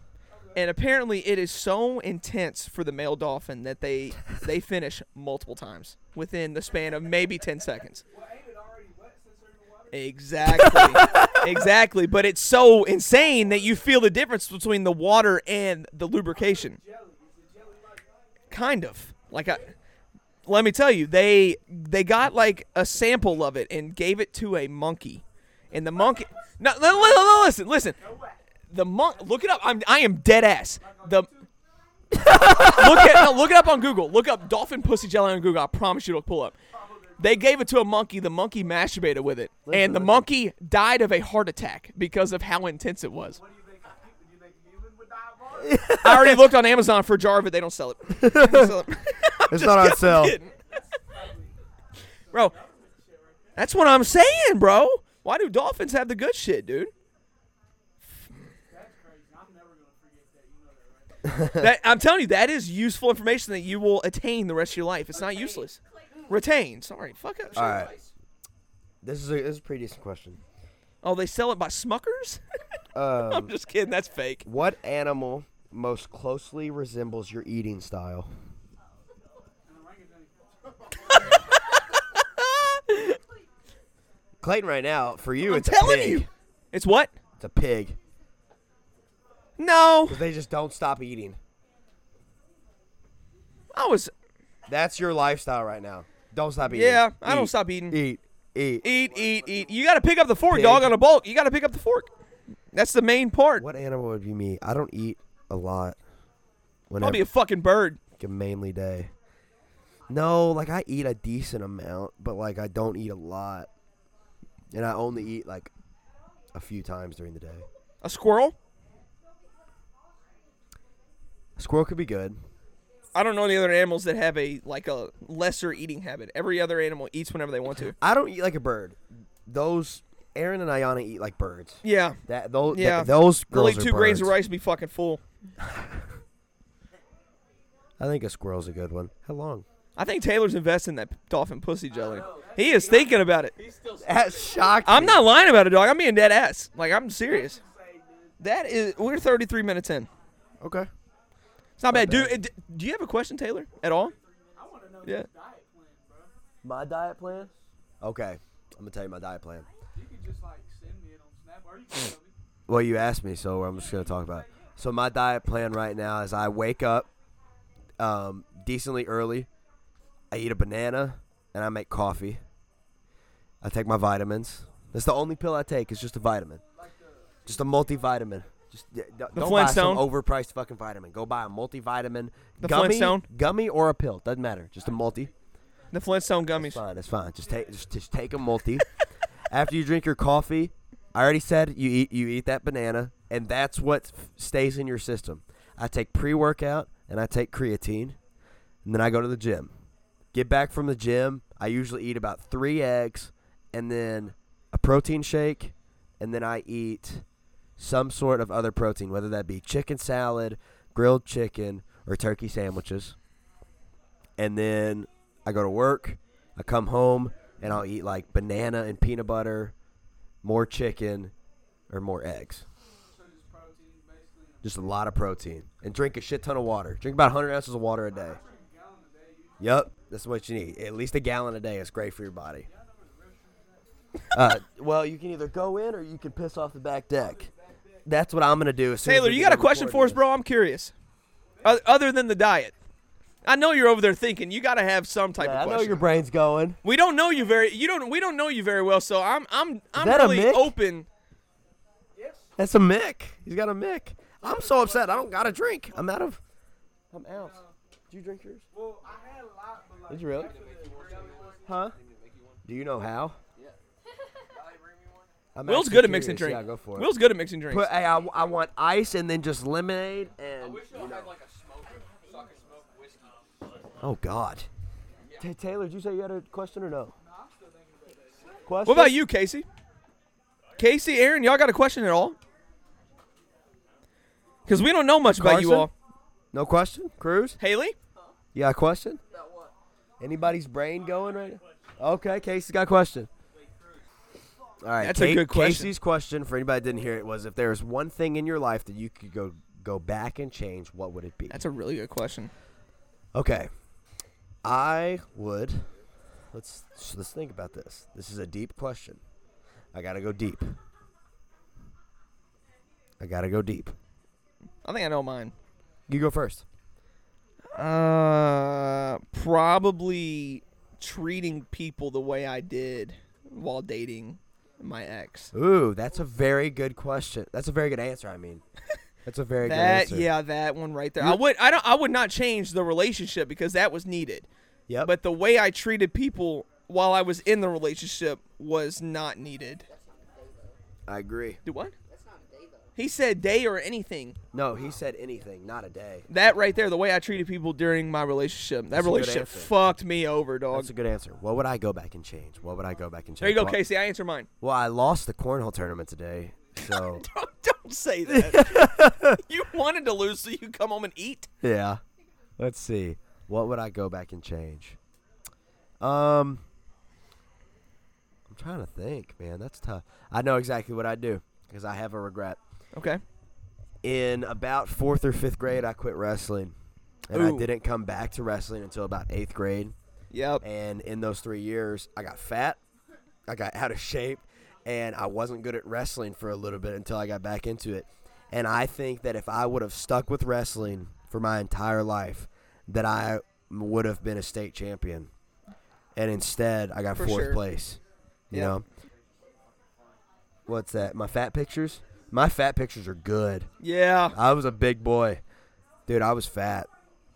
Speaker 1: And apparently, it is so intense for the male dolphin that they they finish multiple times within the span of maybe ten seconds. Exactly, exactly. But it's so insane that you feel the difference between the water and the lubrication. Kind of like I. Let me tell you, they they got like a sample of it and gave it to a monkey, and the monkey. No, no, no, no, listen, listen. The monk. Look it up. I'm I am dead ass. The look it no, look it up on Google. Look up dolphin pussy jelly on Google. I promise you it'll pull up.
Speaker 4: Oh,
Speaker 1: They gave it to a monkey. The monkey masturbated with it, and the monkey died of a heart attack because of how intense it was. I already looked on Amazon for a jar of it. They don't sell it. They don't sell it.
Speaker 2: It's not on sale.
Speaker 1: kidding. bro, that's what I'm saying, bro. Why do dolphins have the good shit, dude? that, I'm telling you, that is useful information that you will attain the rest of your life. It's not useless. Retain. Sorry, fuck up.
Speaker 2: All right. This is a, this is a pretty decent question.
Speaker 1: Oh, they sell it by Smuckers? I'm
Speaker 2: Um,
Speaker 1: just kidding. That's fake.
Speaker 2: what animal most closely resembles your eating style? Clayton, right now for you,
Speaker 1: I'm
Speaker 2: it's a
Speaker 1: telling
Speaker 2: pig.
Speaker 1: you. It's what?
Speaker 2: It's a pig
Speaker 1: No,
Speaker 2: because they just don't stop eating.
Speaker 1: I was.
Speaker 2: That's your lifestyle right now. Don't stop eating.
Speaker 1: Yeah, I don't
Speaker 2: Eat,
Speaker 1: stop eating.
Speaker 2: Eat, eat.
Speaker 1: Eat, eat, eat. You got to pick up the fork,
Speaker 2: Pig.
Speaker 1: dog. On a bulk, you got to pick up the fork. That's the main part.
Speaker 2: What animal would be me? I don't eat a lot. Whenever,
Speaker 1: I'll be a fucking bird.
Speaker 2: like a mainly day. No, like I eat a decent amount, but like I don't eat a lot, and I only eat like a few times during the day.
Speaker 1: A squirrel?
Speaker 2: A squirrel could be good.
Speaker 1: I don't know any other animals that have a like a lesser eating habit. Every other animal eats whenever they want to.
Speaker 2: I don't eat like a bird. Those Aaron and Ayana eat like birds.
Speaker 1: Yeah.
Speaker 2: That those
Speaker 1: Yeah.
Speaker 2: those
Speaker 1: They'll
Speaker 2: girls
Speaker 1: eat
Speaker 2: are
Speaker 1: two grains of
Speaker 2: birds.
Speaker 1: rice and be fucking full.
Speaker 2: I think a squirrel's a good one. How long?
Speaker 1: I think Taylor's investing in that dolphin pussy jelly. He is thinking about it.
Speaker 2: That shocked.
Speaker 1: I'm
Speaker 2: me.
Speaker 1: not lying about it, dog. I'm being dead ass. Like I'm serious. That is we're 33 minutes in.
Speaker 2: Okay.
Speaker 1: It's not bad. Do d- do you have a question, Taylor, at all? Yeah.
Speaker 2: My diet plan. Okay, I'm gonna tell you my diet plan. Well, you asked me, so I'm just gonna talk about. It. So my diet plan right now is I wake up um, decently early, I eat a banana, and I make coffee. I take my vitamins. That's the only pill I take. It's just a vitamin, just a multivitamin. Just yeah, d- don't buy some
Speaker 1: Flintstone?
Speaker 2: overpriced fucking vitamin. Go buy a multivitamin,
Speaker 1: The
Speaker 2: gummy,
Speaker 1: Flintstone?
Speaker 2: gummy or a pill. Doesn't matter. Just a multi.
Speaker 1: The Flintstone
Speaker 2: It's
Speaker 1: gummies.
Speaker 2: fine. It's fine. Just take just, just take a multi. After you drink your coffee, I already said you eat you eat that banana, and that's what f- stays in your system. I take pre workout and I take creatine, and then I go to the gym. Get back from the gym. I usually eat about three eggs, and then a protein shake, and then I eat some sort of other protein, whether that be chicken salad, grilled chicken, or turkey sandwiches. And then I go to work, I come home, and I'll eat like banana and peanut butter, more chicken, or more eggs. Just a lot of protein. And drink a shit ton of water. Drink about 100 ounces of water a day. Yep, that's what you need. At least a gallon a day is great for your body. Uh, well, you can either go in or you can piss off the back deck. That's what I'm gonna do. as soon as
Speaker 1: Taylor,
Speaker 2: we
Speaker 1: you
Speaker 2: get
Speaker 1: got a
Speaker 2: done
Speaker 1: question for us,
Speaker 2: recording
Speaker 1: bro? I'm curious. O- Other than the diet, I know you're over there thinking. You got to have some
Speaker 2: this.
Speaker 1: type
Speaker 2: Yeah,
Speaker 1: of
Speaker 2: I
Speaker 1: question.
Speaker 2: know your brain's going.
Speaker 1: we don't know you very. You don't. We don't know you very well. So I'm. I'm. I'm
Speaker 2: that a
Speaker 1: really
Speaker 2: mic?
Speaker 1: open.
Speaker 2: That's a mick. He's got a mick. I'm so upset. I don't got a drink. I'm out of. I'm out. Did you drink yours?
Speaker 4: Well, I had a lot, but like,
Speaker 2: Did you really? Huh? Do you know how? I'm
Speaker 1: Will's
Speaker 2: actually
Speaker 1: good at mixing
Speaker 2: curious.
Speaker 1: drinks.
Speaker 2: Yeah, go for it.
Speaker 1: Will's good at mixing drinks.
Speaker 2: Put, hey, I, I want ice and then just lemonade and.
Speaker 4: y'all had like a smoker, so I could smoke whiskey.
Speaker 2: Oh God. Ta Taylor, did you say you had a question or no? Question.
Speaker 1: what about you, Casey? Casey, Aaron, y'all got a question at all? Because we don't know much about you
Speaker 2: Carson?
Speaker 1: all.
Speaker 2: No question. Cruz.
Speaker 1: Haley,
Speaker 2: You got a question?
Speaker 4: About what?
Speaker 2: Anybody's brain going right now? Okay, Casey's got a question. All right,
Speaker 1: That's a good question.
Speaker 2: Casey's question for anybody that didn't hear it was: If there was one thing in your life that you could go go back and change, what would it be?
Speaker 1: That's a really good question.
Speaker 2: Okay. I would let's so let's think about this. This is a deep question. I gotta go deep. I gotta go deep.
Speaker 1: I think I know mine.
Speaker 2: You go first.
Speaker 1: Uh, probably treating people the way I did while dating my ex.
Speaker 2: Ooh, that's a very good question. That's a very good answer, I mean. That's a very
Speaker 1: That
Speaker 2: good answer.
Speaker 1: yeah, that one right there. I would I don't I would not change the relationship because that was needed.
Speaker 2: Yep.
Speaker 1: But the way I treated people while I was in the relationship was not needed.
Speaker 2: I agree.
Speaker 1: Do what? He said day or anything.
Speaker 2: No, he said anything, not a day.
Speaker 1: That right there, the way I treated people during my relationship, that
Speaker 2: That's a good
Speaker 1: relationship
Speaker 2: answer.
Speaker 1: fucked me over, dog.
Speaker 2: That's a good answer. What would I go back and change? What would I go back and change?
Speaker 1: there you go,
Speaker 2: well,
Speaker 1: Casey. I answer mine.
Speaker 2: Well, I lost the cornhole tournament today, so
Speaker 1: Don't, don't say that. you wanted to lose, so you come home and eat.
Speaker 2: Yeah. Let's see. What would I go back and change? Um I'm trying to think, man. That's tough. I know exactly what I do because I have a regret.
Speaker 1: Okay.
Speaker 2: In about 4th or 5th grade, I quit wrestling. And
Speaker 1: Ooh.
Speaker 2: I didn't come back to wrestling until about 8th grade.
Speaker 1: Yep.
Speaker 2: And in those 3 years, I got fat, I got out of shape, and I wasn't good at wrestling for a little bit until I got back into it. And I think that if I would have stuck with wrestling for my entire life, that I would have been a state champion. And instead, I got
Speaker 1: For
Speaker 2: fourth
Speaker 1: sure.
Speaker 2: place. You
Speaker 1: Yeah.
Speaker 2: know? What's that? My fat pictures? My fat pictures are good.
Speaker 1: Yeah.
Speaker 2: I was a big boy. Dude, I was fat.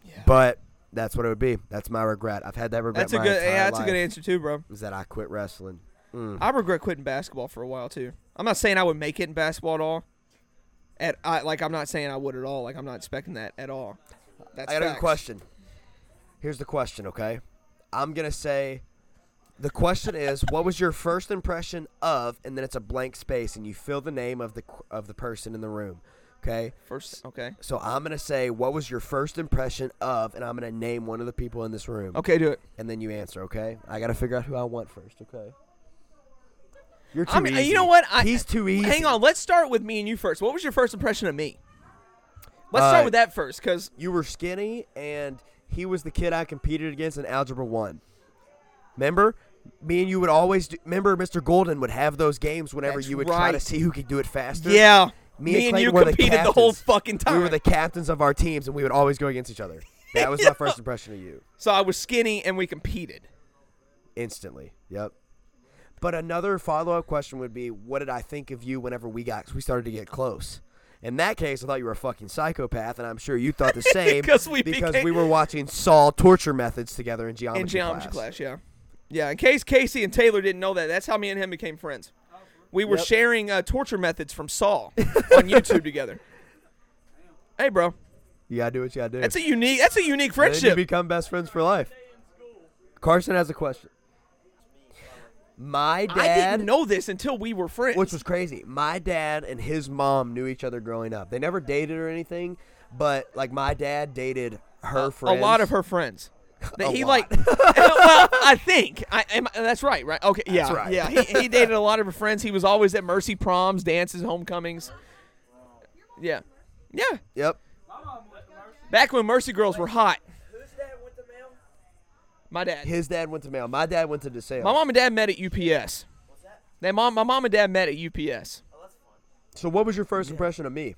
Speaker 1: Yeah.
Speaker 2: But that's what it would be. That's my regret. I've had that regret
Speaker 1: That's a
Speaker 2: my
Speaker 1: good.
Speaker 2: entire
Speaker 1: Yeah, that's a good
Speaker 2: life,
Speaker 1: answer too, bro.
Speaker 2: Is that I quit wrestling. Mm.
Speaker 1: I regret quitting basketball for a while too. I'm not saying I would make it in basketball at all. At I like I'm not saying I would at all. Like I'm not expecting that at all. That's
Speaker 2: I got a
Speaker 1: facts.
Speaker 2: good question. Here's the question, okay? I'm gonna say the question is, what was your first impression of? And then it's a blank space, and you fill the name of the qu- of the person in the room, okay?
Speaker 1: First, okay.
Speaker 2: So I'm gonna say, what was your first impression of? And I'm gonna name one of the people in this room,
Speaker 1: Okay, do it.
Speaker 2: and then you answer, okay? I gotta figure out who I want first, okay? You're too
Speaker 1: I mean,
Speaker 2: easy.
Speaker 1: you know what? I,
Speaker 2: He's too easy.
Speaker 1: Hang on. Let's start with me and you first. What was your first impression of me? Let's
Speaker 2: Uh,
Speaker 1: start with that first, because
Speaker 2: You were skinny, and he was the kid I competed against in Algebra 1. Remember? Me and you would always do, remember Mr. Golden would have those games whenever
Speaker 1: That's
Speaker 2: you would try to
Speaker 1: right.
Speaker 2: see who could do it faster.
Speaker 1: yeah,
Speaker 2: Me
Speaker 1: me, and,
Speaker 2: and Clayton
Speaker 1: you
Speaker 2: were the
Speaker 1: competed the whole
Speaker 2: captains.
Speaker 1: fucking time.
Speaker 2: We were the captains of our teams, and we would always go against each other. That was my first impression of you.
Speaker 1: so I was skinny and we competed.
Speaker 2: Instantly. Yep. But another follow up question would be what did I think of you whenever we got, we started to get close? In that case, I thought you were a fucking psychopath, and I'm sure you thought the same
Speaker 1: Because we
Speaker 2: because
Speaker 1: became-
Speaker 2: we were watching Saul torture methods together in geometry,
Speaker 1: in geometry class. yeah. Yeah, in case Casey and Taylor didn't know that, that's how me and him became friends. We were
Speaker 2: Yep.
Speaker 1: sharing uh, torture methods from Saul on YouTube together. Hey, bro,
Speaker 2: You gotta do what you gotta do.
Speaker 1: that's a unique that's a unique
Speaker 2: And Then you
Speaker 1: friendship.
Speaker 2: become best friends for life. Carson has a question. My
Speaker 1: I
Speaker 2: dad,
Speaker 1: didn't know this until we were friends.
Speaker 2: which was crazy. My dad and his mom knew each other growing up. They never dated or anything, but like my dad dated her
Speaker 1: a
Speaker 2: friends.
Speaker 1: lot of her friends. That
Speaker 2: A
Speaker 1: he
Speaker 2: lot.
Speaker 1: like, well, I think I am. That's right, right? Okay, yeah,
Speaker 2: That's right.
Speaker 1: yeah. He, he dated a lot of her friends. He was always at Mercy proms, dances, homecomings. Yeah, yeah.
Speaker 2: Yep.
Speaker 1: Back when Mercy girls were hot,
Speaker 4: Who's that with the mail?
Speaker 1: my dad.
Speaker 2: His dad went to Mail. My dad went to DeSales.
Speaker 1: My mom and dad met at UPS. They mom, my mom and dad met at UPS.
Speaker 2: So what was your first impression of me?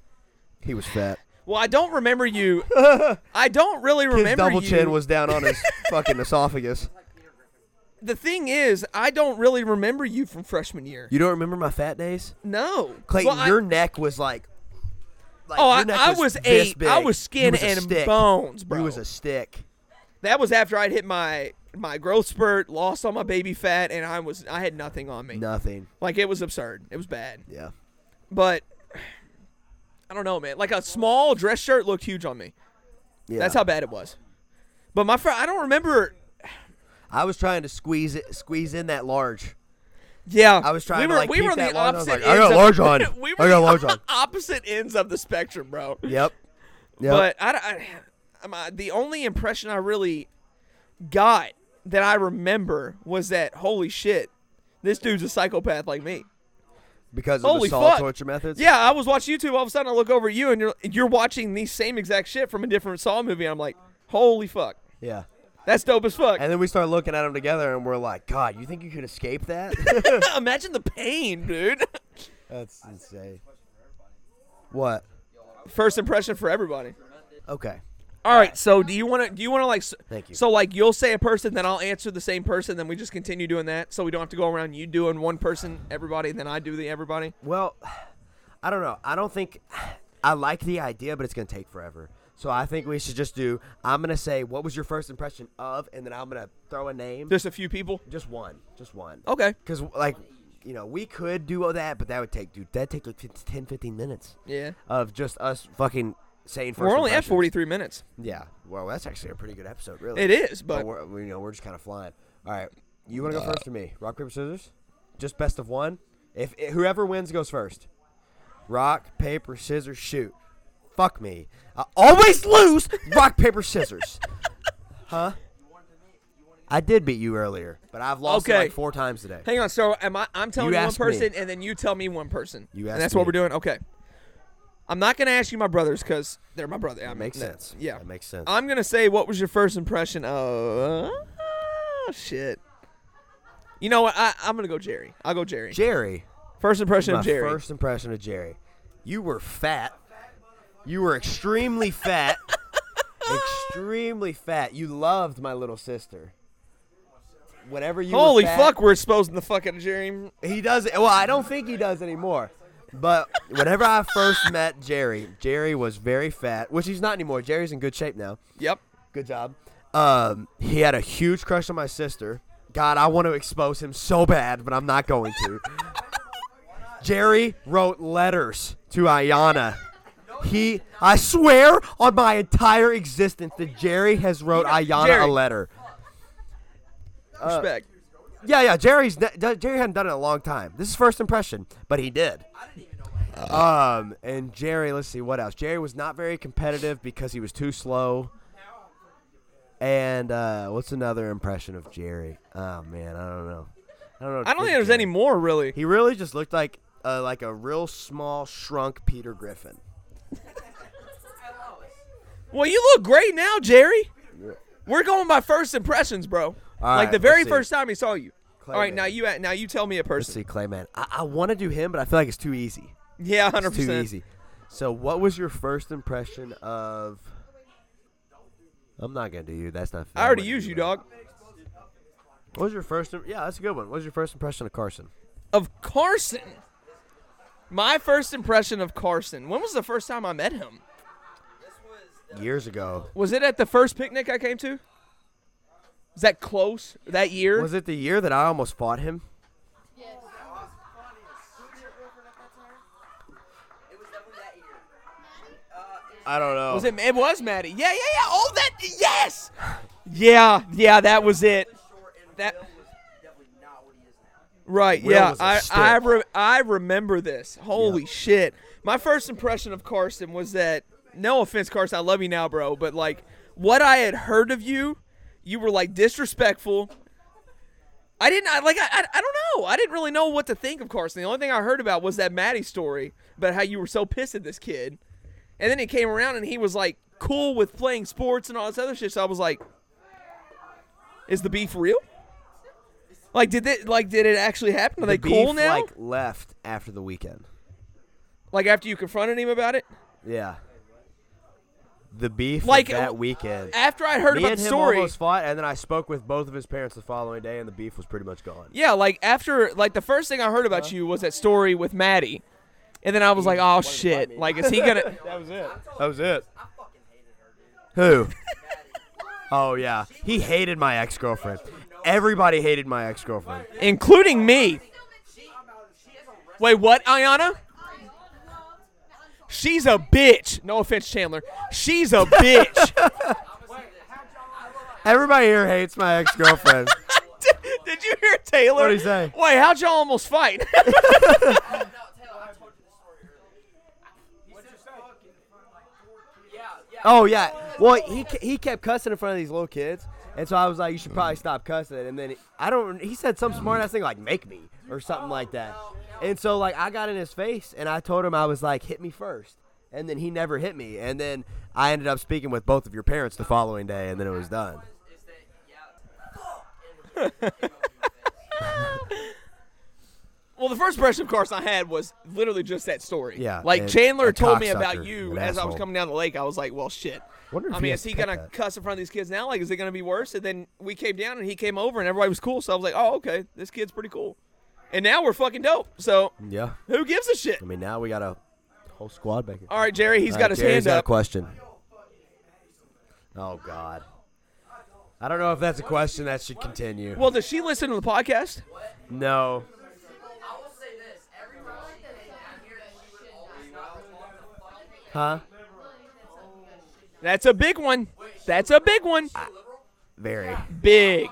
Speaker 2: He was fat.
Speaker 1: Well, I don't remember you. I don't really remember
Speaker 2: his double
Speaker 1: you.
Speaker 2: chin was down on his fucking esophagus.
Speaker 1: The thing is, I don't really remember you from freshman year.
Speaker 2: You don't remember my fat days?
Speaker 1: no,
Speaker 2: Clayton,
Speaker 1: Well, I-
Speaker 2: your neck was like. like,
Speaker 1: Oh,
Speaker 2: your
Speaker 1: I-
Speaker 2: neck
Speaker 1: I was
Speaker 2: this
Speaker 1: eight. I
Speaker 2: big.
Speaker 1: was skin
Speaker 2: You a
Speaker 1: and
Speaker 2: stick.
Speaker 1: bones,
Speaker 2: You
Speaker 1: bro.
Speaker 2: was a stick.
Speaker 1: that was after I'd hit my my growth spurt, lost all my baby fat, and I was I had nothing on me.
Speaker 2: Nothing.
Speaker 1: Like it was absurd. It was bad.
Speaker 2: Yeah.
Speaker 1: But I don't know, man. Like a small dress shirt looked huge on me.
Speaker 2: Yeah.
Speaker 1: That's how bad it was. But my friend, I don't remember.
Speaker 2: I was trying to squeeze it, squeeze in that large.
Speaker 1: Yeah,
Speaker 2: I was trying
Speaker 1: we
Speaker 2: to,
Speaker 1: were,
Speaker 2: like,
Speaker 1: we
Speaker 2: peep
Speaker 1: were on
Speaker 2: that
Speaker 1: the
Speaker 2: line. I was
Speaker 1: opposite.
Speaker 2: like, I got
Speaker 1: ends of-
Speaker 2: large on.
Speaker 1: we
Speaker 2: I
Speaker 1: were
Speaker 2: got
Speaker 1: the
Speaker 2: large on.
Speaker 1: Opposite ends of the spectrum, bro.
Speaker 2: Yep. Yep.
Speaker 1: But I, I, I'm, uh, the only impression I really got that I remember was that holy shit, this dude's a psychopath like me.
Speaker 2: because of
Speaker 1: Holy
Speaker 2: the Saul
Speaker 1: fuck.
Speaker 2: torture methods.
Speaker 1: Yeah, I was watching YouTube. All of a sudden, I look over at you, and you're you're watching the same exact shit from a different Saw movie. And I'm like, holy fuck,
Speaker 2: yeah.
Speaker 1: that's dope as fuck.
Speaker 2: And then we start looking at them together, and we're like, "God, you think you could escape that?"
Speaker 1: Imagine the pain, dude.
Speaker 2: That's insane. What?
Speaker 1: First impression for everybody.
Speaker 2: Okay.
Speaker 1: All right, so do you want to do you want to like s-
Speaker 2: Thank you.
Speaker 1: So like you'll say a person, then I'll answer the same person, then we just continue doing that, so we don't have to go around you doing one person everybody, then I do the everybody.
Speaker 2: Well, I don't know. I don't think I like the idea, but it's going to take forever. So I think we should just do. I'm going to say, "What was your first impression of?" And then I'm going to throw a name.
Speaker 1: Just Oh. a few people.
Speaker 2: just one. Just one.
Speaker 1: Okay.
Speaker 2: Because like, you know, we could do all that, but that would take, dude, that take like 15, 10, 15 minutes
Speaker 1: Yeah.
Speaker 2: of just us fucking saying. 1st
Speaker 1: We're only at 43 minutes.
Speaker 2: Yeah. Well, that's actually a pretty good episode, really.
Speaker 1: It is, but
Speaker 2: we're, we- you know, we're just kind of flying. All right, you want to go first or me? Rock paper scissors, just best of one. If i whoever wins goes first. Rock paper scissors shoot. Fuck me. I always lose. Rock paper scissors. huh? I did beat you earlier, but I've lost it
Speaker 1: Okay.
Speaker 2: like four times today.
Speaker 1: hang on. So am I? I'm telling
Speaker 2: You
Speaker 1: you, one
Speaker 2: asked me.
Speaker 1: person, and then you tell me one person.
Speaker 2: You asked
Speaker 1: And that's
Speaker 2: me.
Speaker 1: what we're doing. Okay. I'm not gonna ask you my brothers because they're my brother. I
Speaker 2: That
Speaker 1: mean,
Speaker 2: makes
Speaker 1: that-
Speaker 2: sense.
Speaker 1: Yeah.
Speaker 2: that makes sense.
Speaker 1: I'm gonna say, what was your first impression of? Oh, shit. You know what? I, I'm gonna go Jerry. I'll go Jerry.
Speaker 2: Jerry.
Speaker 1: First impression
Speaker 2: My
Speaker 1: of Jerry.
Speaker 2: first impression of Jerry. You were fat. You were extremely fat. extremely fat. You loved my little sister. Whatever you were
Speaker 1: Holy
Speaker 2: fat-
Speaker 1: fuck, we're exposing the fuck out of Jerry.
Speaker 2: He does it. Well, I don't think he does anymore. But whenever I first met Jerry, Jerry was very fat, which he's not anymore. Jerry's in good shape now.
Speaker 1: Yep.
Speaker 2: Good job. Um, he had a huge crush on my sister. God, I want to expose him so bad, but I'm not going to. Jerry wrote letters to Ayana. He, I swear on my entire existence that Jerry has wrote Ayana
Speaker 1: Jerry.
Speaker 2: a letter. Uh,
Speaker 1: Respect.
Speaker 2: Yeah, yeah. Jerry's ne- d- Jerry hadn't done it in a long time. This is first impression, but he did. Um, and Jerry, let's see what else. Jerry was not very competitive because he was too slow. And uh, what's another impression of Jerry? Oh man, I don't know. I don't know.
Speaker 1: I don't
Speaker 2: Good
Speaker 1: think there's
Speaker 2: Jerry.
Speaker 1: any more really.
Speaker 2: He really just looked like uh, like a real small, shrunk Peter Griffin.
Speaker 1: Well, you look great now, Jerry. We're going by first impressions, bro. like
Speaker 2: right,
Speaker 1: the very
Speaker 2: let's see.
Speaker 1: first time he saw you.
Speaker 2: Clay
Speaker 1: All right,
Speaker 2: man.
Speaker 1: now you now you tell me a
Speaker 2: Let's
Speaker 1: person.
Speaker 2: see, Clayman. I, I want to do him, but I feel like it's too easy.
Speaker 1: Yeah, hundred
Speaker 2: It's too
Speaker 1: percent.
Speaker 2: easy. So, what was your first impression of? I'm not gonna do you. That's not. fair.
Speaker 1: I already
Speaker 2: wouldn't
Speaker 1: used
Speaker 2: do
Speaker 1: you,
Speaker 2: that.
Speaker 1: dog.
Speaker 2: What was your first? im- Yeah, that's a good one. What was your first impression of Carson?
Speaker 1: Of Carson. My first impression of Carson. When was the first time I met him?
Speaker 2: Years ago.
Speaker 1: Was it at the first picnic I came to? Is that close that year?
Speaker 2: Was it the year that I almost fought him?
Speaker 3: Yes.
Speaker 4: It was definitely that year.
Speaker 2: I don't know.
Speaker 1: Was it? It was Maddie. Yeah, yeah, yeah. Oh, that. Yes. Yeah, yeah. That was it.
Speaker 4: Short and
Speaker 1: That-
Speaker 4: Will was definitely not what he is now.
Speaker 1: Right.
Speaker 2: Will
Speaker 1: yeah.
Speaker 2: was a
Speaker 1: I
Speaker 2: stick.
Speaker 1: I, re- I remember this. Holy shit. My first impression of Carson was that. No offense, Carson. I love you now, bro. But like, what I had heard of you, you were like disrespectful. I didn't I, like. I, I I don't know. I didn't really know what to think of Carson. The only thing I heard about was that Maddie story about how you were so pissed at this kid, and then he came around and he was like cool with playing sports and all this other shit. So I was like, is the beef real? Like did it like did it actually happen? Are
Speaker 2: The
Speaker 1: they cool
Speaker 2: beef,
Speaker 1: now? Like,
Speaker 2: Like left after the weekend.
Speaker 1: after you confronted him about it?
Speaker 2: Yeah. The beef
Speaker 1: Like,
Speaker 2: like that
Speaker 1: uh,
Speaker 2: weekend.
Speaker 1: After I heard
Speaker 2: Me
Speaker 1: about
Speaker 2: and
Speaker 1: the
Speaker 2: him
Speaker 1: story.
Speaker 2: almost fought, and then I spoke with both of his parents the following day, and the beef was pretty much gone.
Speaker 1: Yeah, like after like the first thing I heard
Speaker 2: Uh-huh.
Speaker 1: about you was that story with Maddie. And then I was like, "Oh shit. Like is he going to
Speaker 2: That was it. That was it. Who? oh yeah, he hated my ex girlfriend. Everybody hated my ex girlfriend.
Speaker 1: including me?" Wait, what, Ayana? She's a bitch. No offense, Chandler. She's a bitch.
Speaker 2: Everybody here hates my ex girlfriend.
Speaker 1: Did you hear Taylor?
Speaker 2: What'd he say?
Speaker 1: Wait, how'd y'all almost fight?
Speaker 2: oh yeah. Well, he ke- he kept cussing in front of these little kids,
Speaker 5: And so I was like, you should probably stop cussing. And then I don't. He said some smart ass thing like make me or something like that. And so like I got in his face and I told him I was like hit me first. And then he never hit me. And then I ended up speaking with both of your parents the following day. And then it was done.
Speaker 4: Is that yeah? Fuck.
Speaker 1: Well, the first impression, of course, I had was literally just that story.
Speaker 2: Yeah,
Speaker 1: Like
Speaker 2: and
Speaker 1: Chandler
Speaker 2: a
Speaker 1: told me
Speaker 2: cocksucker,
Speaker 1: about you
Speaker 2: an
Speaker 1: as I was
Speaker 2: asshole.
Speaker 1: coming down the lake. I was like, well, shit.
Speaker 2: Wonder if
Speaker 1: I
Speaker 2: he
Speaker 1: mean,
Speaker 2: has
Speaker 1: is he
Speaker 2: to cut
Speaker 1: gonna
Speaker 2: that.
Speaker 1: cuss in front of these kids now? Like, is it gonna be worse? And then we came down and he came over and everybody was cool. So I was like, oh, okay, this kid's pretty cool. And now we're fucking dope. So
Speaker 2: Yeah.
Speaker 1: who gives a shit?
Speaker 2: I mean, now we got a whole squad back here.
Speaker 1: All right, Jerry, he's
Speaker 2: All
Speaker 1: got
Speaker 2: right,
Speaker 1: his
Speaker 2: Jerry's
Speaker 1: hand
Speaker 2: got a
Speaker 1: up.
Speaker 2: question. Oh God. I don't know if that's a question that should continue.
Speaker 1: well, does she listen to the podcast?
Speaker 2: no.
Speaker 4: I will say this: every time she came down here, she would always not want the fucking
Speaker 2: Huh?
Speaker 1: That's a big one. That's a big one.
Speaker 2: Very.
Speaker 1: Big,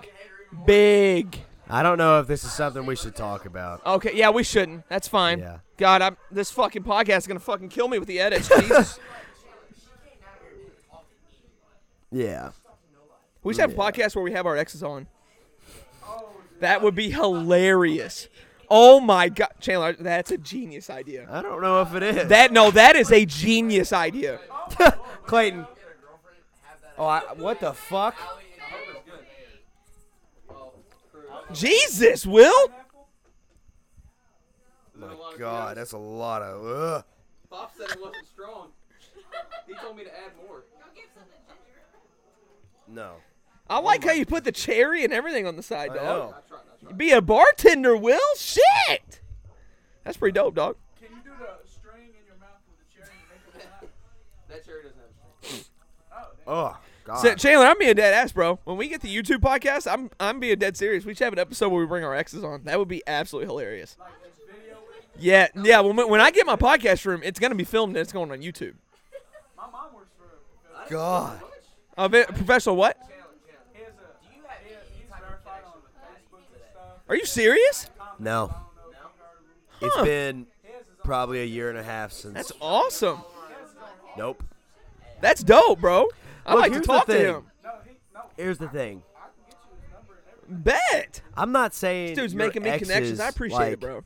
Speaker 1: big.
Speaker 2: I don't know if this is something we should talk about.
Speaker 1: Okay, yeah, we shouldn't. That's fine.
Speaker 2: Yeah.
Speaker 1: God, I'm this fucking podcast is gonna fucking kill me with the edits. Jesus.
Speaker 5: Yeah.
Speaker 1: We should have a podcast where we have our exes on. That would be hilarious. Oh my god, Chandler, that's a genius idea.
Speaker 2: I don't know if it is.
Speaker 1: That no, that is a genius idea.
Speaker 2: Clayton. Oh, I, what the fuck?
Speaker 1: Jesus, Will.
Speaker 2: My God, that's a lot of. Ugh.
Speaker 4: Bob said it wasn't strong. He told me to add more.
Speaker 2: No.
Speaker 1: I like how you put the cherry and everything on the side, dog.
Speaker 2: know.
Speaker 4: I tried. I tried.
Speaker 1: Be a bartender, Will. Shit. That's pretty dope, dog.
Speaker 6: Can you do the string in your mouth with the cherry and make it laugh?
Speaker 4: That cherry doesn't have a strain.
Speaker 2: Oh God.
Speaker 1: So, Chandler, I'm being dead ass, bro. When we get the YouTube podcast, I'm I'm being dead serious. We should have an episode where we bring our exes on. That would be absolutely hilarious. Yeah, yeah. When, when I get my podcast room, it's gonna be filmed and it's going on YouTube.
Speaker 6: My mom works for a
Speaker 2: God.
Speaker 1: Of it, Uh, professional what?
Speaker 6: he has a Do you have he, he's verified on Facebook and stuff.
Speaker 1: Are you serious?
Speaker 2: No.
Speaker 6: I don't know if you heard of him.
Speaker 2: It's
Speaker 1: Huh.
Speaker 2: been probably a year and a half since.
Speaker 1: That's awesome.
Speaker 2: nope.
Speaker 1: That's dope, bro. I
Speaker 2: Look,
Speaker 1: like to
Speaker 2: here's the
Speaker 1: talk to
Speaker 2: thing.
Speaker 1: him.
Speaker 6: No, he no,
Speaker 2: Here's the thing.
Speaker 6: I can get you his number and everything.
Speaker 1: Bet.
Speaker 2: I'm not saying
Speaker 1: This dude's
Speaker 2: your
Speaker 1: making me
Speaker 2: exes,
Speaker 1: connections. I appreciate
Speaker 2: like,
Speaker 1: it, bro.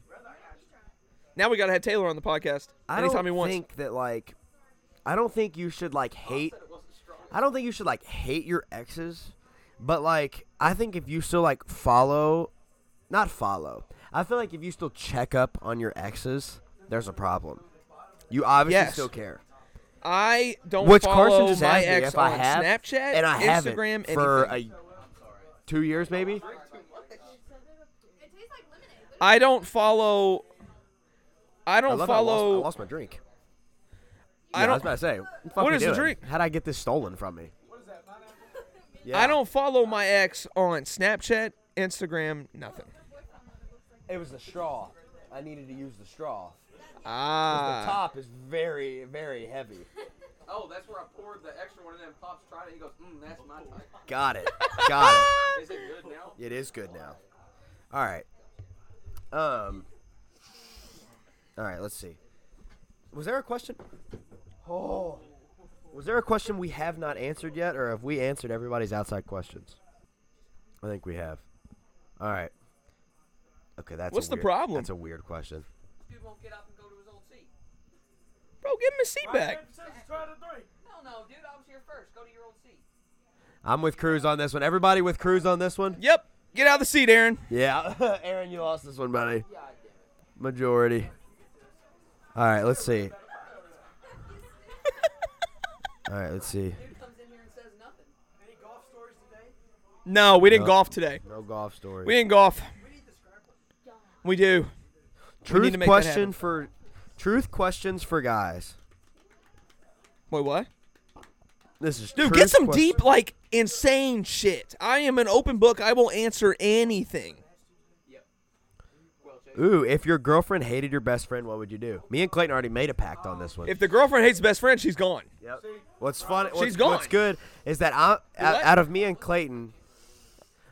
Speaker 1: Now we gotta have Taylor on the podcast
Speaker 2: I
Speaker 1: anytime
Speaker 2: don't
Speaker 1: he wants.
Speaker 2: think that like I don't think you should like hate I don't think you should like hate your exes, but like I think if you still like follow not follow. I feel like if you still check up on your exes, there's a problem. You obviously
Speaker 1: Yes.
Speaker 2: still care.
Speaker 1: I don't
Speaker 2: Which
Speaker 1: follow
Speaker 2: Carson just
Speaker 1: my
Speaker 2: asked me
Speaker 1: ex
Speaker 2: if I
Speaker 1: on
Speaker 2: have
Speaker 1: Snapchat
Speaker 2: and I haven't
Speaker 1: Instagram
Speaker 2: for
Speaker 1: anything.
Speaker 2: a 2 years maybe.
Speaker 3: It tastes like lemonade. literally.
Speaker 1: I don't follow. I
Speaker 2: I
Speaker 1: don't
Speaker 2: love how I
Speaker 1: follow.
Speaker 2: lost, I lost my drink.
Speaker 1: I
Speaker 2: Yeah,
Speaker 1: don't.
Speaker 2: I was about to say,
Speaker 1: What
Speaker 2: what
Speaker 1: is
Speaker 2: is
Speaker 1: the
Speaker 2: doing?
Speaker 1: drink?
Speaker 2: How'd I get this stolen from me?
Speaker 6: What is that? Pineapple?
Speaker 2: Yeah.
Speaker 1: I don't follow my ex on Snapchat, Instagram, nothing.
Speaker 5: It was the straw. I needed to use the straw.
Speaker 1: Ah.
Speaker 5: top is very, very heavy.
Speaker 4: Oh, that's where I poured the extra one in and Pops tried it. He goes, mmm, that's my type.
Speaker 2: Got it. Got it.
Speaker 4: Is it good now?
Speaker 2: It is good now. All right. Um. All right. Let's see. Was there a question? Oh. Was there a question we have not answered yet, or have we answered everybody's outside questions? I think we have. All right. Okay, that's a
Speaker 1: What's the
Speaker 2: weird-
Speaker 1: problem?
Speaker 2: That's a weird question.
Speaker 4: Dude won't get up and go to his old seat.
Speaker 1: Bro, give him a seat back.
Speaker 6: Since it's try to three.
Speaker 4: Hell no, dude. I was here first. Go to your old seat.
Speaker 2: I'm with Cruz on this one. Everybody with Cruz on this one?
Speaker 1: Yep. Get out of the seat, Aaron.
Speaker 2: Yeah, Aaron, you lost this one, buddy.
Speaker 4: God damn it.
Speaker 2: Majority. All right, let's see. All right, let's see.
Speaker 4: Dude comes in here and says nothing.
Speaker 6: Any golf stories today?
Speaker 1: No, we didn't
Speaker 2: No.
Speaker 1: golf today.
Speaker 2: No golf story.
Speaker 1: We didn't golf. We do.
Speaker 2: truth
Speaker 1: need to make that
Speaker 2: question
Speaker 1: happen.
Speaker 2: for truth questions for guys.
Speaker 1: Wait, what?
Speaker 2: This is
Speaker 1: Dude,
Speaker 2: truth
Speaker 1: get some
Speaker 2: quest-
Speaker 1: deep, like, insane shit. I am an open book. I will answer anything.
Speaker 2: Ooh, if your girlfriend hated your best friend, what would you do? Me and Clayton already made a pact on this one.
Speaker 1: If the girlfriend hates best friend, she's gone.
Speaker 2: Yep. What's funny? What's,
Speaker 1: She's gone.
Speaker 2: What's good is that I,
Speaker 1: What?
Speaker 2: out, out of me and Clayton.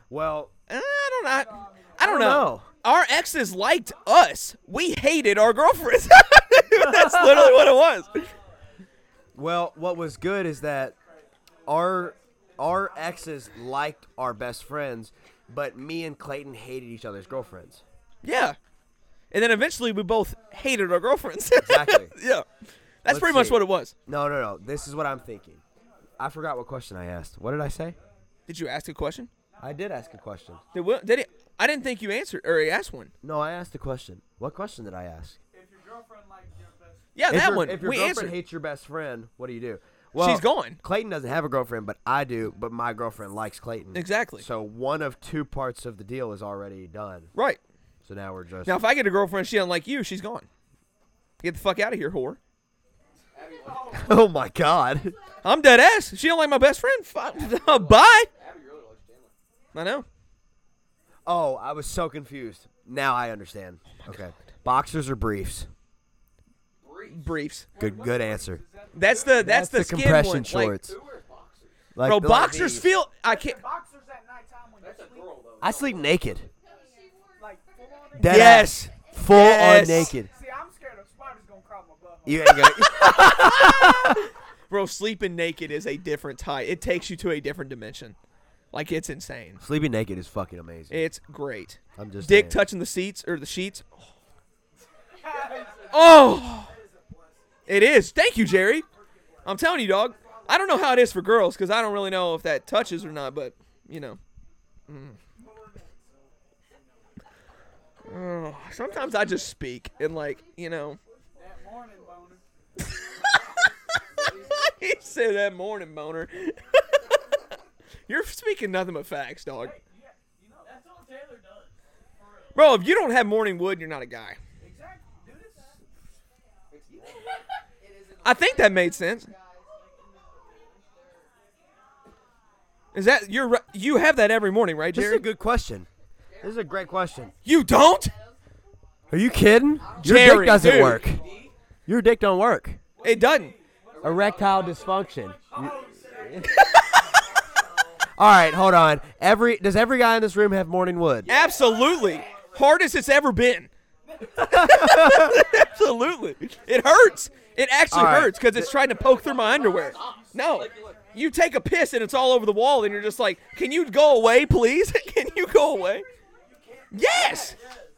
Speaker 2: Well,
Speaker 1: Uh, I don't know. I, I don't
Speaker 2: don't
Speaker 1: know.
Speaker 2: know.
Speaker 1: Our exes liked us. We hated our girlfriends. That's literally what it was.
Speaker 2: well, what was good is that our our exes liked our best friends, but me and Clayton hated each other's girlfriends.
Speaker 1: Yeah. And then eventually we both hated our girlfriends.
Speaker 2: Exactly.
Speaker 1: yeah. That's
Speaker 2: Let's
Speaker 1: pretty much
Speaker 2: see.
Speaker 1: what it was.
Speaker 2: No, no, no. This is what I'm thinking. I forgot what question I asked. What did I say?
Speaker 1: Did you ask a question?
Speaker 2: I did ask a question.
Speaker 1: Did, Will, did he, I didn't think you answered or he asked one.
Speaker 2: No, I asked a question. What question did I ask?
Speaker 6: If your girlfriend liked your best
Speaker 1: Yeah,
Speaker 2: if
Speaker 1: that
Speaker 2: your,
Speaker 1: one.
Speaker 2: If your
Speaker 1: we
Speaker 2: girlfriend
Speaker 1: answered.
Speaker 2: hates your best friend, what do you do? Well,
Speaker 1: She's gone.
Speaker 2: Clayton doesn't have a girlfriend, but I do. But my girlfriend likes Clayton.
Speaker 1: Exactly.
Speaker 2: So one of two parts of the deal is already done.
Speaker 1: right.
Speaker 2: So now we're just
Speaker 1: Now if I get a girlfriend she doesn't like you, she's gone. Get the fuck out of here, whore.
Speaker 2: oh my god.
Speaker 1: I'm dead ass. She don't like my best friend. Fuck. Bye. I know.
Speaker 2: Oh, I was so confused. Now I understand. okay. Boxers or briefs?
Speaker 1: Briefs.
Speaker 2: Good, good answer.
Speaker 1: That's the that's, the, skin
Speaker 2: compression
Speaker 1: one. Like,
Speaker 2: shorts. Like,
Speaker 1: bro,
Speaker 2: like
Speaker 1: boxers
Speaker 2: these.
Speaker 1: feel. I can't.
Speaker 6: boxers at nighttime when you sleep.
Speaker 2: I sleep naked.
Speaker 6: Like full on.
Speaker 2: Dead
Speaker 1: Yes.
Speaker 2: ass. Full
Speaker 1: Yes.
Speaker 2: on naked.
Speaker 6: See, I'm scared of spiders gonna crawl my butt.
Speaker 2: You ain't gonna,
Speaker 1: Bro, sleeping naked is a different type. It takes you to a different dimension. Like it's insane.
Speaker 2: sleeping naked is fucking amazing.
Speaker 1: It's great.
Speaker 2: I'm just
Speaker 1: Dick
Speaker 2: saying.
Speaker 1: touching the seats or the sheets. Oh. It is. Thank you, Jerry. I'm telling you, dog. I don't know how it is for girls because I don't really know if that touches or not, but you know. Mm. Oh, sometimes I just speak and like you know.
Speaker 6: That morning boner.
Speaker 1: he said that morning boner. You're speaking nothing but facts, dog.
Speaker 6: Yeah, you know that's all Taylor does.
Speaker 1: Bro, if you don't have morning wood, you're not a guy.
Speaker 6: Exactly, dude. It's
Speaker 1: I think that made sense. Is that you're ri- you have that every morning, right,
Speaker 2: This is a
Speaker 1: Jerry?
Speaker 2: good question. This is a great question.
Speaker 1: you don't?
Speaker 2: Are you kidding? Your
Speaker 1: Jerry,
Speaker 2: dick doesn't
Speaker 1: dude.
Speaker 2: work. Your dick don't work.
Speaker 1: It doesn't.
Speaker 2: Erectile dysfunction. All right, hold on. Every does every guy in this room have morning wood?
Speaker 1: Absolutely. Hardest it's ever been. Absolutely. It hurts. It actually
Speaker 2: All right.
Speaker 1: hurts because it's trying to poke through my underwear. No. You take a piss and it's all over the wall and you're just like, "Can you go away, please? Can you go away?" Yes.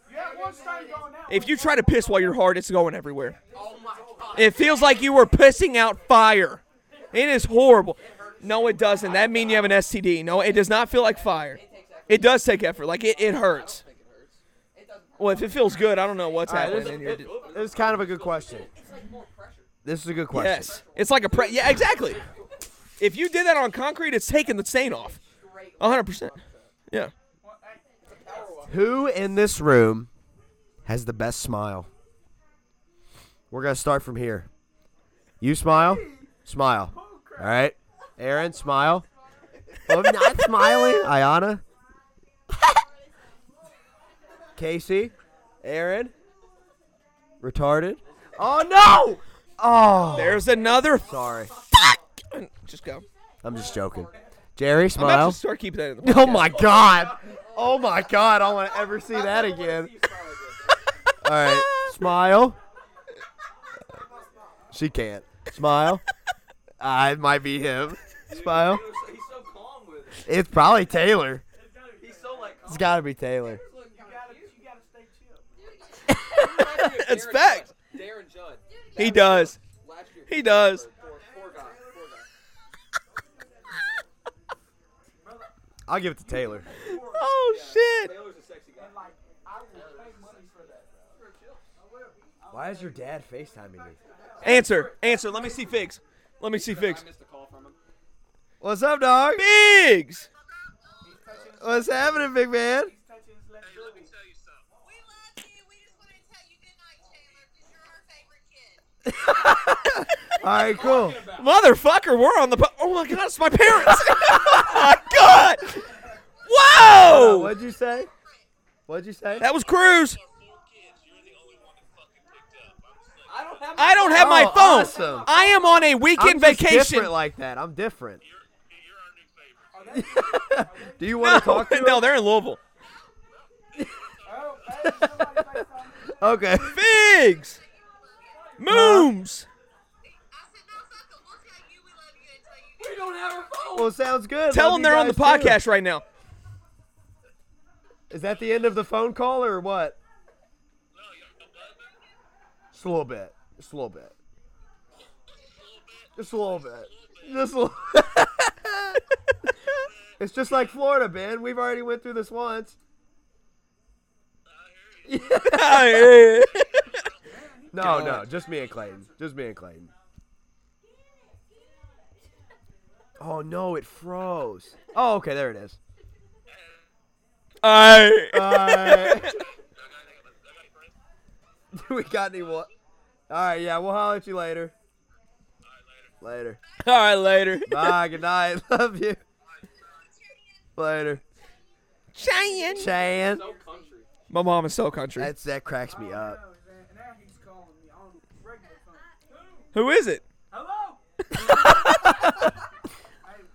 Speaker 6: you got one starting going out.
Speaker 1: If you try to piss while you're hard, it's going everywhere. It feels like you were pissing out fire. It is horrible. No, it doesn't. That means you have an STD. No, it does not feel like fire. It does take effort. Like it, it hurts. Well, if it feels good, I don't know what's
Speaker 2: All right,
Speaker 1: happening.
Speaker 2: this,
Speaker 1: in your
Speaker 2: it- this is kind of a good question. This is a good question.
Speaker 1: yes, it's like a pre. Yeah, exactly. If you did that on concrete, it's taking the stain off. 100. percent Yeah.
Speaker 2: Who in this room has the best smile? We're gonna start from here. You smile, smile. All right, Aaron, smile. I'm not smiling. Ayana, Casey, Aaron, retarded. Oh no! Oh,
Speaker 1: There's another.
Speaker 2: sorry.
Speaker 1: Just go.
Speaker 2: I'm just joking. Jerry,
Speaker 1: I'm about
Speaker 2: smile.
Speaker 1: to start keeping that in the.
Speaker 2: Oh my god! Oh my god! I don't want to ever see that again. All right, smile. She can't smile. Ah, it might be him. Smile.
Speaker 4: He's so calm with it.
Speaker 2: It's probably Taylor.
Speaker 4: He's so like calm.
Speaker 2: It's got to be Taylor.
Speaker 6: You gotta, you gotta stay chill.
Speaker 1: It's
Speaker 4: Darren
Speaker 1: fact.
Speaker 4: Judd. Darren Judd.
Speaker 1: He does.
Speaker 4: Last year.
Speaker 1: He does.
Speaker 4: Poor, poor guy. Poor guy.
Speaker 2: I'll give it to Taylor.
Speaker 1: Oh shit.
Speaker 4: Taylor's a sexy guy.
Speaker 6: Like I will pay money for that.
Speaker 2: Why is your dad FaceTiming me?
Speaker 1: Answer. Answer. Let me see figs. Let me see figs.
Speaker 4: I missed a call from him.
Speaker 2: What's up, dog?
Speaker 1: Figs.
Speaker 6: He's touching,
Speaker 2: What's happening, big man?
Speaker 6: he's touching his left booby.
Speaker 3: We love you. We just wanted to tell you good night, Taylor, because you're our favorite kid.
Speaker 2: All right, cool.
Speaker 1: Motherfucker, we're on the. Po- oh my god, it's my parents. oh my god. Whoa.
Speaker 2: What'd you say? What'd you say?
Speaker 1: That was Cruz.
Speaker 4: I don't have.
Speaker 1: I don't have my
Speaker 2: Oh,
Speaker 1: phone.
Speaker 2: awesome.
Speaker 1: I am on a
Speaker 2: I'm
Speaker 1: weekend
Speaker 2: just
Speaker 1: vacation.
Speaker 2: different like that. I'm different. Do you
Speaker 1: no,
Speaker 2: want to talk to
Speaker 1: no,
Speaker 2: him?
Speaker 1: they're in Louisville.
Speaker 6: Oh, hey, somebody FaceTime me.
Speaker 2: Okay.
Speaker 1: Figs. Mooms.
Speaker 3: I said, no, fuck 'em. We'll tell you we love you and tell you good
Speaker 4: We don't have our phone.
Speaker 2: Well, sounds good.
Speaker 1: Tell
Speaker 2: Love
Speaker 1: them
Speaker 2: you
Speaker 1: they're on the
Speaker 2: guys, too.
Speaker 1: podcast right now.
Speaker 2: Is that the end of the phone call or what? Just a little bit. Just a little bit. Just a little bit. Just a little. it's just like Florida, man. We've already went through this once. Uh, No, no, just me and Clayton. Just me and Clayton. Oh no, it froze. Oh, okay, there it is.
Speaker 1: Aye.
Speaker 2: Do we got any what? All right, yeah, we'll holler at you later. Later.
Speaker 1: All right, later.
Speaker 2: Bye. Good night. Love you. Later.
Speaker 1: Cheyenne.
Speaker 2: Chan.
Speaker 6: No country.
Speaker 1: My mom is so country.
Speaker 2: That's that cracks me up.
Speaker 6: And now he's calling me on the regular phone.
Speaker 1: Who is it?
Speaker 6: Hello? hey,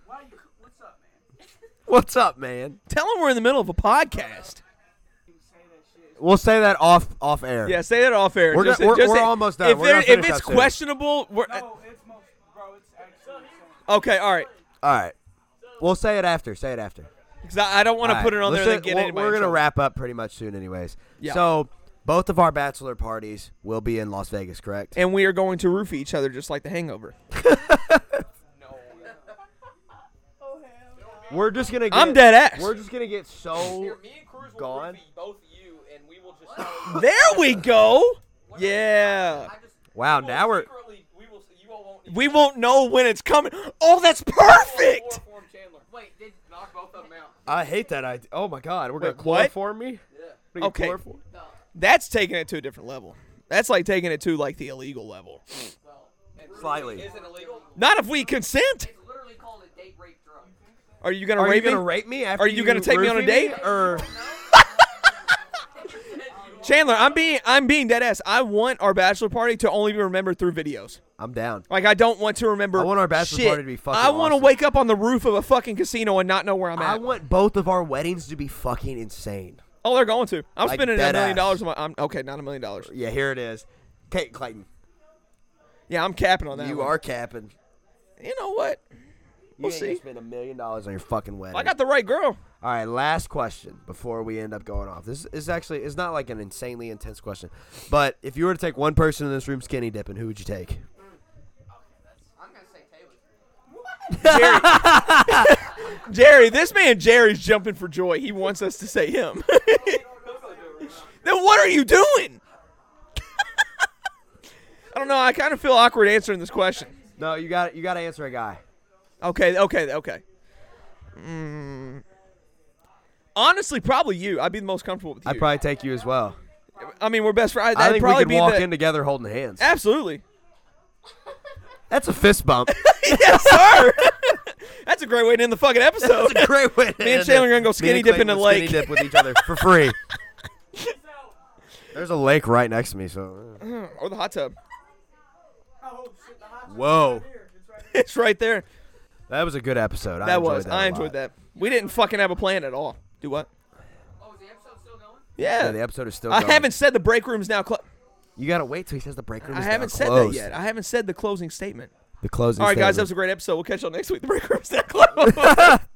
Speaker 6: why you, what's up, man?
Speaker 2: What's up, man?
Speaker 1: Tell them we're in the middle of a podcast.
Speaker 6: You say that shit.
Speaker 2: We'll say that off off air.
Speaker 1: Yeah, say that off air.
Speaker 2: We're
Speaker 1: Just-
Speaker 2: go- we're-
Speaker 1: just-
Speaker 2: we're almost done.
Speaker 1: If,
Speaker 2: We're
Speaker 1: there-
Speaker 2: gonna
Speaker 1: if
Speaker 2: finish
Speaker 1: it's
Speaker 2: up soon.
Speaker 1: questionable, we're
Speaker 6: No, it's most, bro, it's actually something.
Speaker 1: okay. All right,
Speaker 2: All right. We'll say it after. Say it after.
Speaker 1: 'Cause I, I don't want to
Speaker 2: All
Speaker 1: put
Speaker 2: right,
Speaker 1: it on
Speaker 2: let's
Speaker 1: there.
Speaker 2: say-
Speaker 1: and get
Speaker 2: we're,
Speaker 1: anybody
Speaker 2: We're
Speaker 1: in
Speaker 2: gonna
Speaker 1: trouble.
Speaker 2: wrap up pretty much soon, anyways.
Speaker 1: Yeah.
Speaker 2: So both of our bachelor parties will be in Las Vegas, correct?
Speaker 1: and we are going to roofie each other just like the Hangover.
Speaker 2: we're just gonna. Get,
Speaker 1: I'm dead ass.
Speaker 2: We're just gonna get so.
Speaker 4: Here, me and Cruz will
Speaker 2: Gone.
Speaker 4: roofie both you, and we will just.
Speaker 1: There we go. Yeah.
Speaker 4: I just,
Speaker 2: Wow.
Speaker 4: we will
Speaker 2: Now we're.
Speaker 4: secretly- we will, you all won't
Speaker 1: We won't know when it's coming. Oh, that's perfect.
Speaker 4: Chloroform Chandler. Wait, did knock both of them out?
Speaker 2: I hate that idea. Oh my God. We're
Speaker 1: Wait,
Speaker 2: gonna
Speaker 1: what?
Speaker 2: chloroform me. Yeah.
Speaker 1: Okay. That's taking it to a different level. That's like taking it to like the illegal level.
Speaker 4: And
Speaker 2: Slightly.
Speaker 4: Is it illegal?
Speaker 1: Not if we consent.
Speaker 4: It's literally called a date rape drug.
Speaker 1: Are you gonna
Speaker 2: Are you
Speaker 1: rape
Speaker 2: gonna
Speaker 1: me?
Speaker 2: rape me? After
Speaker 1: Are you gonna take me on a
Speaker 2: roofie
Speaker 1: date?
Speaker 2: Or
Speaker 1: Chandler, I'm being I'm being dead ass. I want our bachelor party to only be remembered through videos.
Speaker 2: I'm down.
Speaker 1: Like I don't want to remember.
Speaker 2: I want our bachelor
Speaker 1: shit.
Speaker 2: party to be fucking
Speaker 1: I want to
Speaker 2: awesome.
Speaker 1: wake up on the roof of a fucking casino and not know where I'm at.
Speaker 2: I want both of our weddings to be fucking insane.
Speaker 1: oh, they're going to. I'm
Speaker 2: Like
Speaker 1: spending a
Speaker 2: dead
Speaker 1: million
Speaker 2: ass.
Speaker 1: dollars. on my- I'm okay, not a million dollars.
Speaker 2: Yeah, here it is. Kate Clayton,
Speaker 1: Yeah, I'm capping on that.
Speaker 2: you
Speaker 1: one.
Speaker 2: are capping.
Speaker 1: You know what?
Speaker 2: You
Speaker 1: We'll
Speaker 2: ain't gonna
Speaker 1: see.
Speaker 2: spend a million dollars on your fucking wedding.
Speaker 1: I got the right girl.
Speaker 2: All right, last question before we end up going off. This is actually it's not like an insanely intense question, but if you were to take one person in this room skinny dipping, who would you take?
Speaker 4: I'm gonna say Taylor.
Speaker 1: Jerry, this man Jerry's jumping for joy. He wants us to say him. then what are you doing? I don't know. I kind of feel awkward answering this question.
Speaker 2: No, you got you got to answer a guy.
Speaker 1: Okay, okay, okay. Mm. Honestly, probably you. I'd be the most comfortable with you.
Speaker 2: I'd probably take you as well.
Speaker 1: I mean, we're best friends.
Speaker 2: I
Speaker 1: I'd
Speaker 2: think we
Speaker 1: probably
Speaker 2: could
Speaker 1: be
Speaker 2: walk
Speaker 1: the-
Speaker 2: in together holding hands.
Speaker 1: Absolutely.
Speaker 2: That's a fist bump.
Speaker 1: yes, sir. That's a great way to end the fucking episode.
Speaker 2: That's a great way. To
Speaker 1: Me and
Speaker 2: end
Speaker 1: Chandler
Speaker 2: it.
Speaker 1: are gonna go
Speaker 2: Me and
Speaker 1: skinny dip in
Speaker 2: Clayton
Speaker 1: the
Speaker 2: would skinny
Speaker 1: lake.
Speaker 2: dip with each other for free. There's a lake right next to me, so
Speaker 1: or the hot tub.
Speaker 6: Oh, shit, the hot
Speaker 2: whoa,
Speaker 6: here. It's right
Speaker 1: It's right there.
Speaker 2: that was a good episode. I
Speaker 1: That
Speaker 2: enjoyed
Speaker 1: was.
Speaker 2: That
Speaker 1: I
Speaker 2: a
Speaker 1: enjoyed
Speaker 2: lot.
Speaker 1: that. We didn't fucking have a plan at all. Do what?
Speaker 4: Oh, is the episode still going?
Speaker 1: Yeah.
Speaker 2: Yeah, the episode is still.
Speaker 1: I
Speaker 2: going.
Speaker 1: haven't said the break room's now closed.
Speaker 2: You gotta wait till he says the break room.
Speaker 1: I
Speaker 2: Is
Speaker 1: haven't
Speaker 2: now
Speaker 1: said that
Speaker 2: closed.
Speaker 1: yet. I haven't said the closing statement.
Speaker 2: The closing.
Speaker 1: All right, guys, that was a great episode. We'll catch y'all next week. The break room's now closed.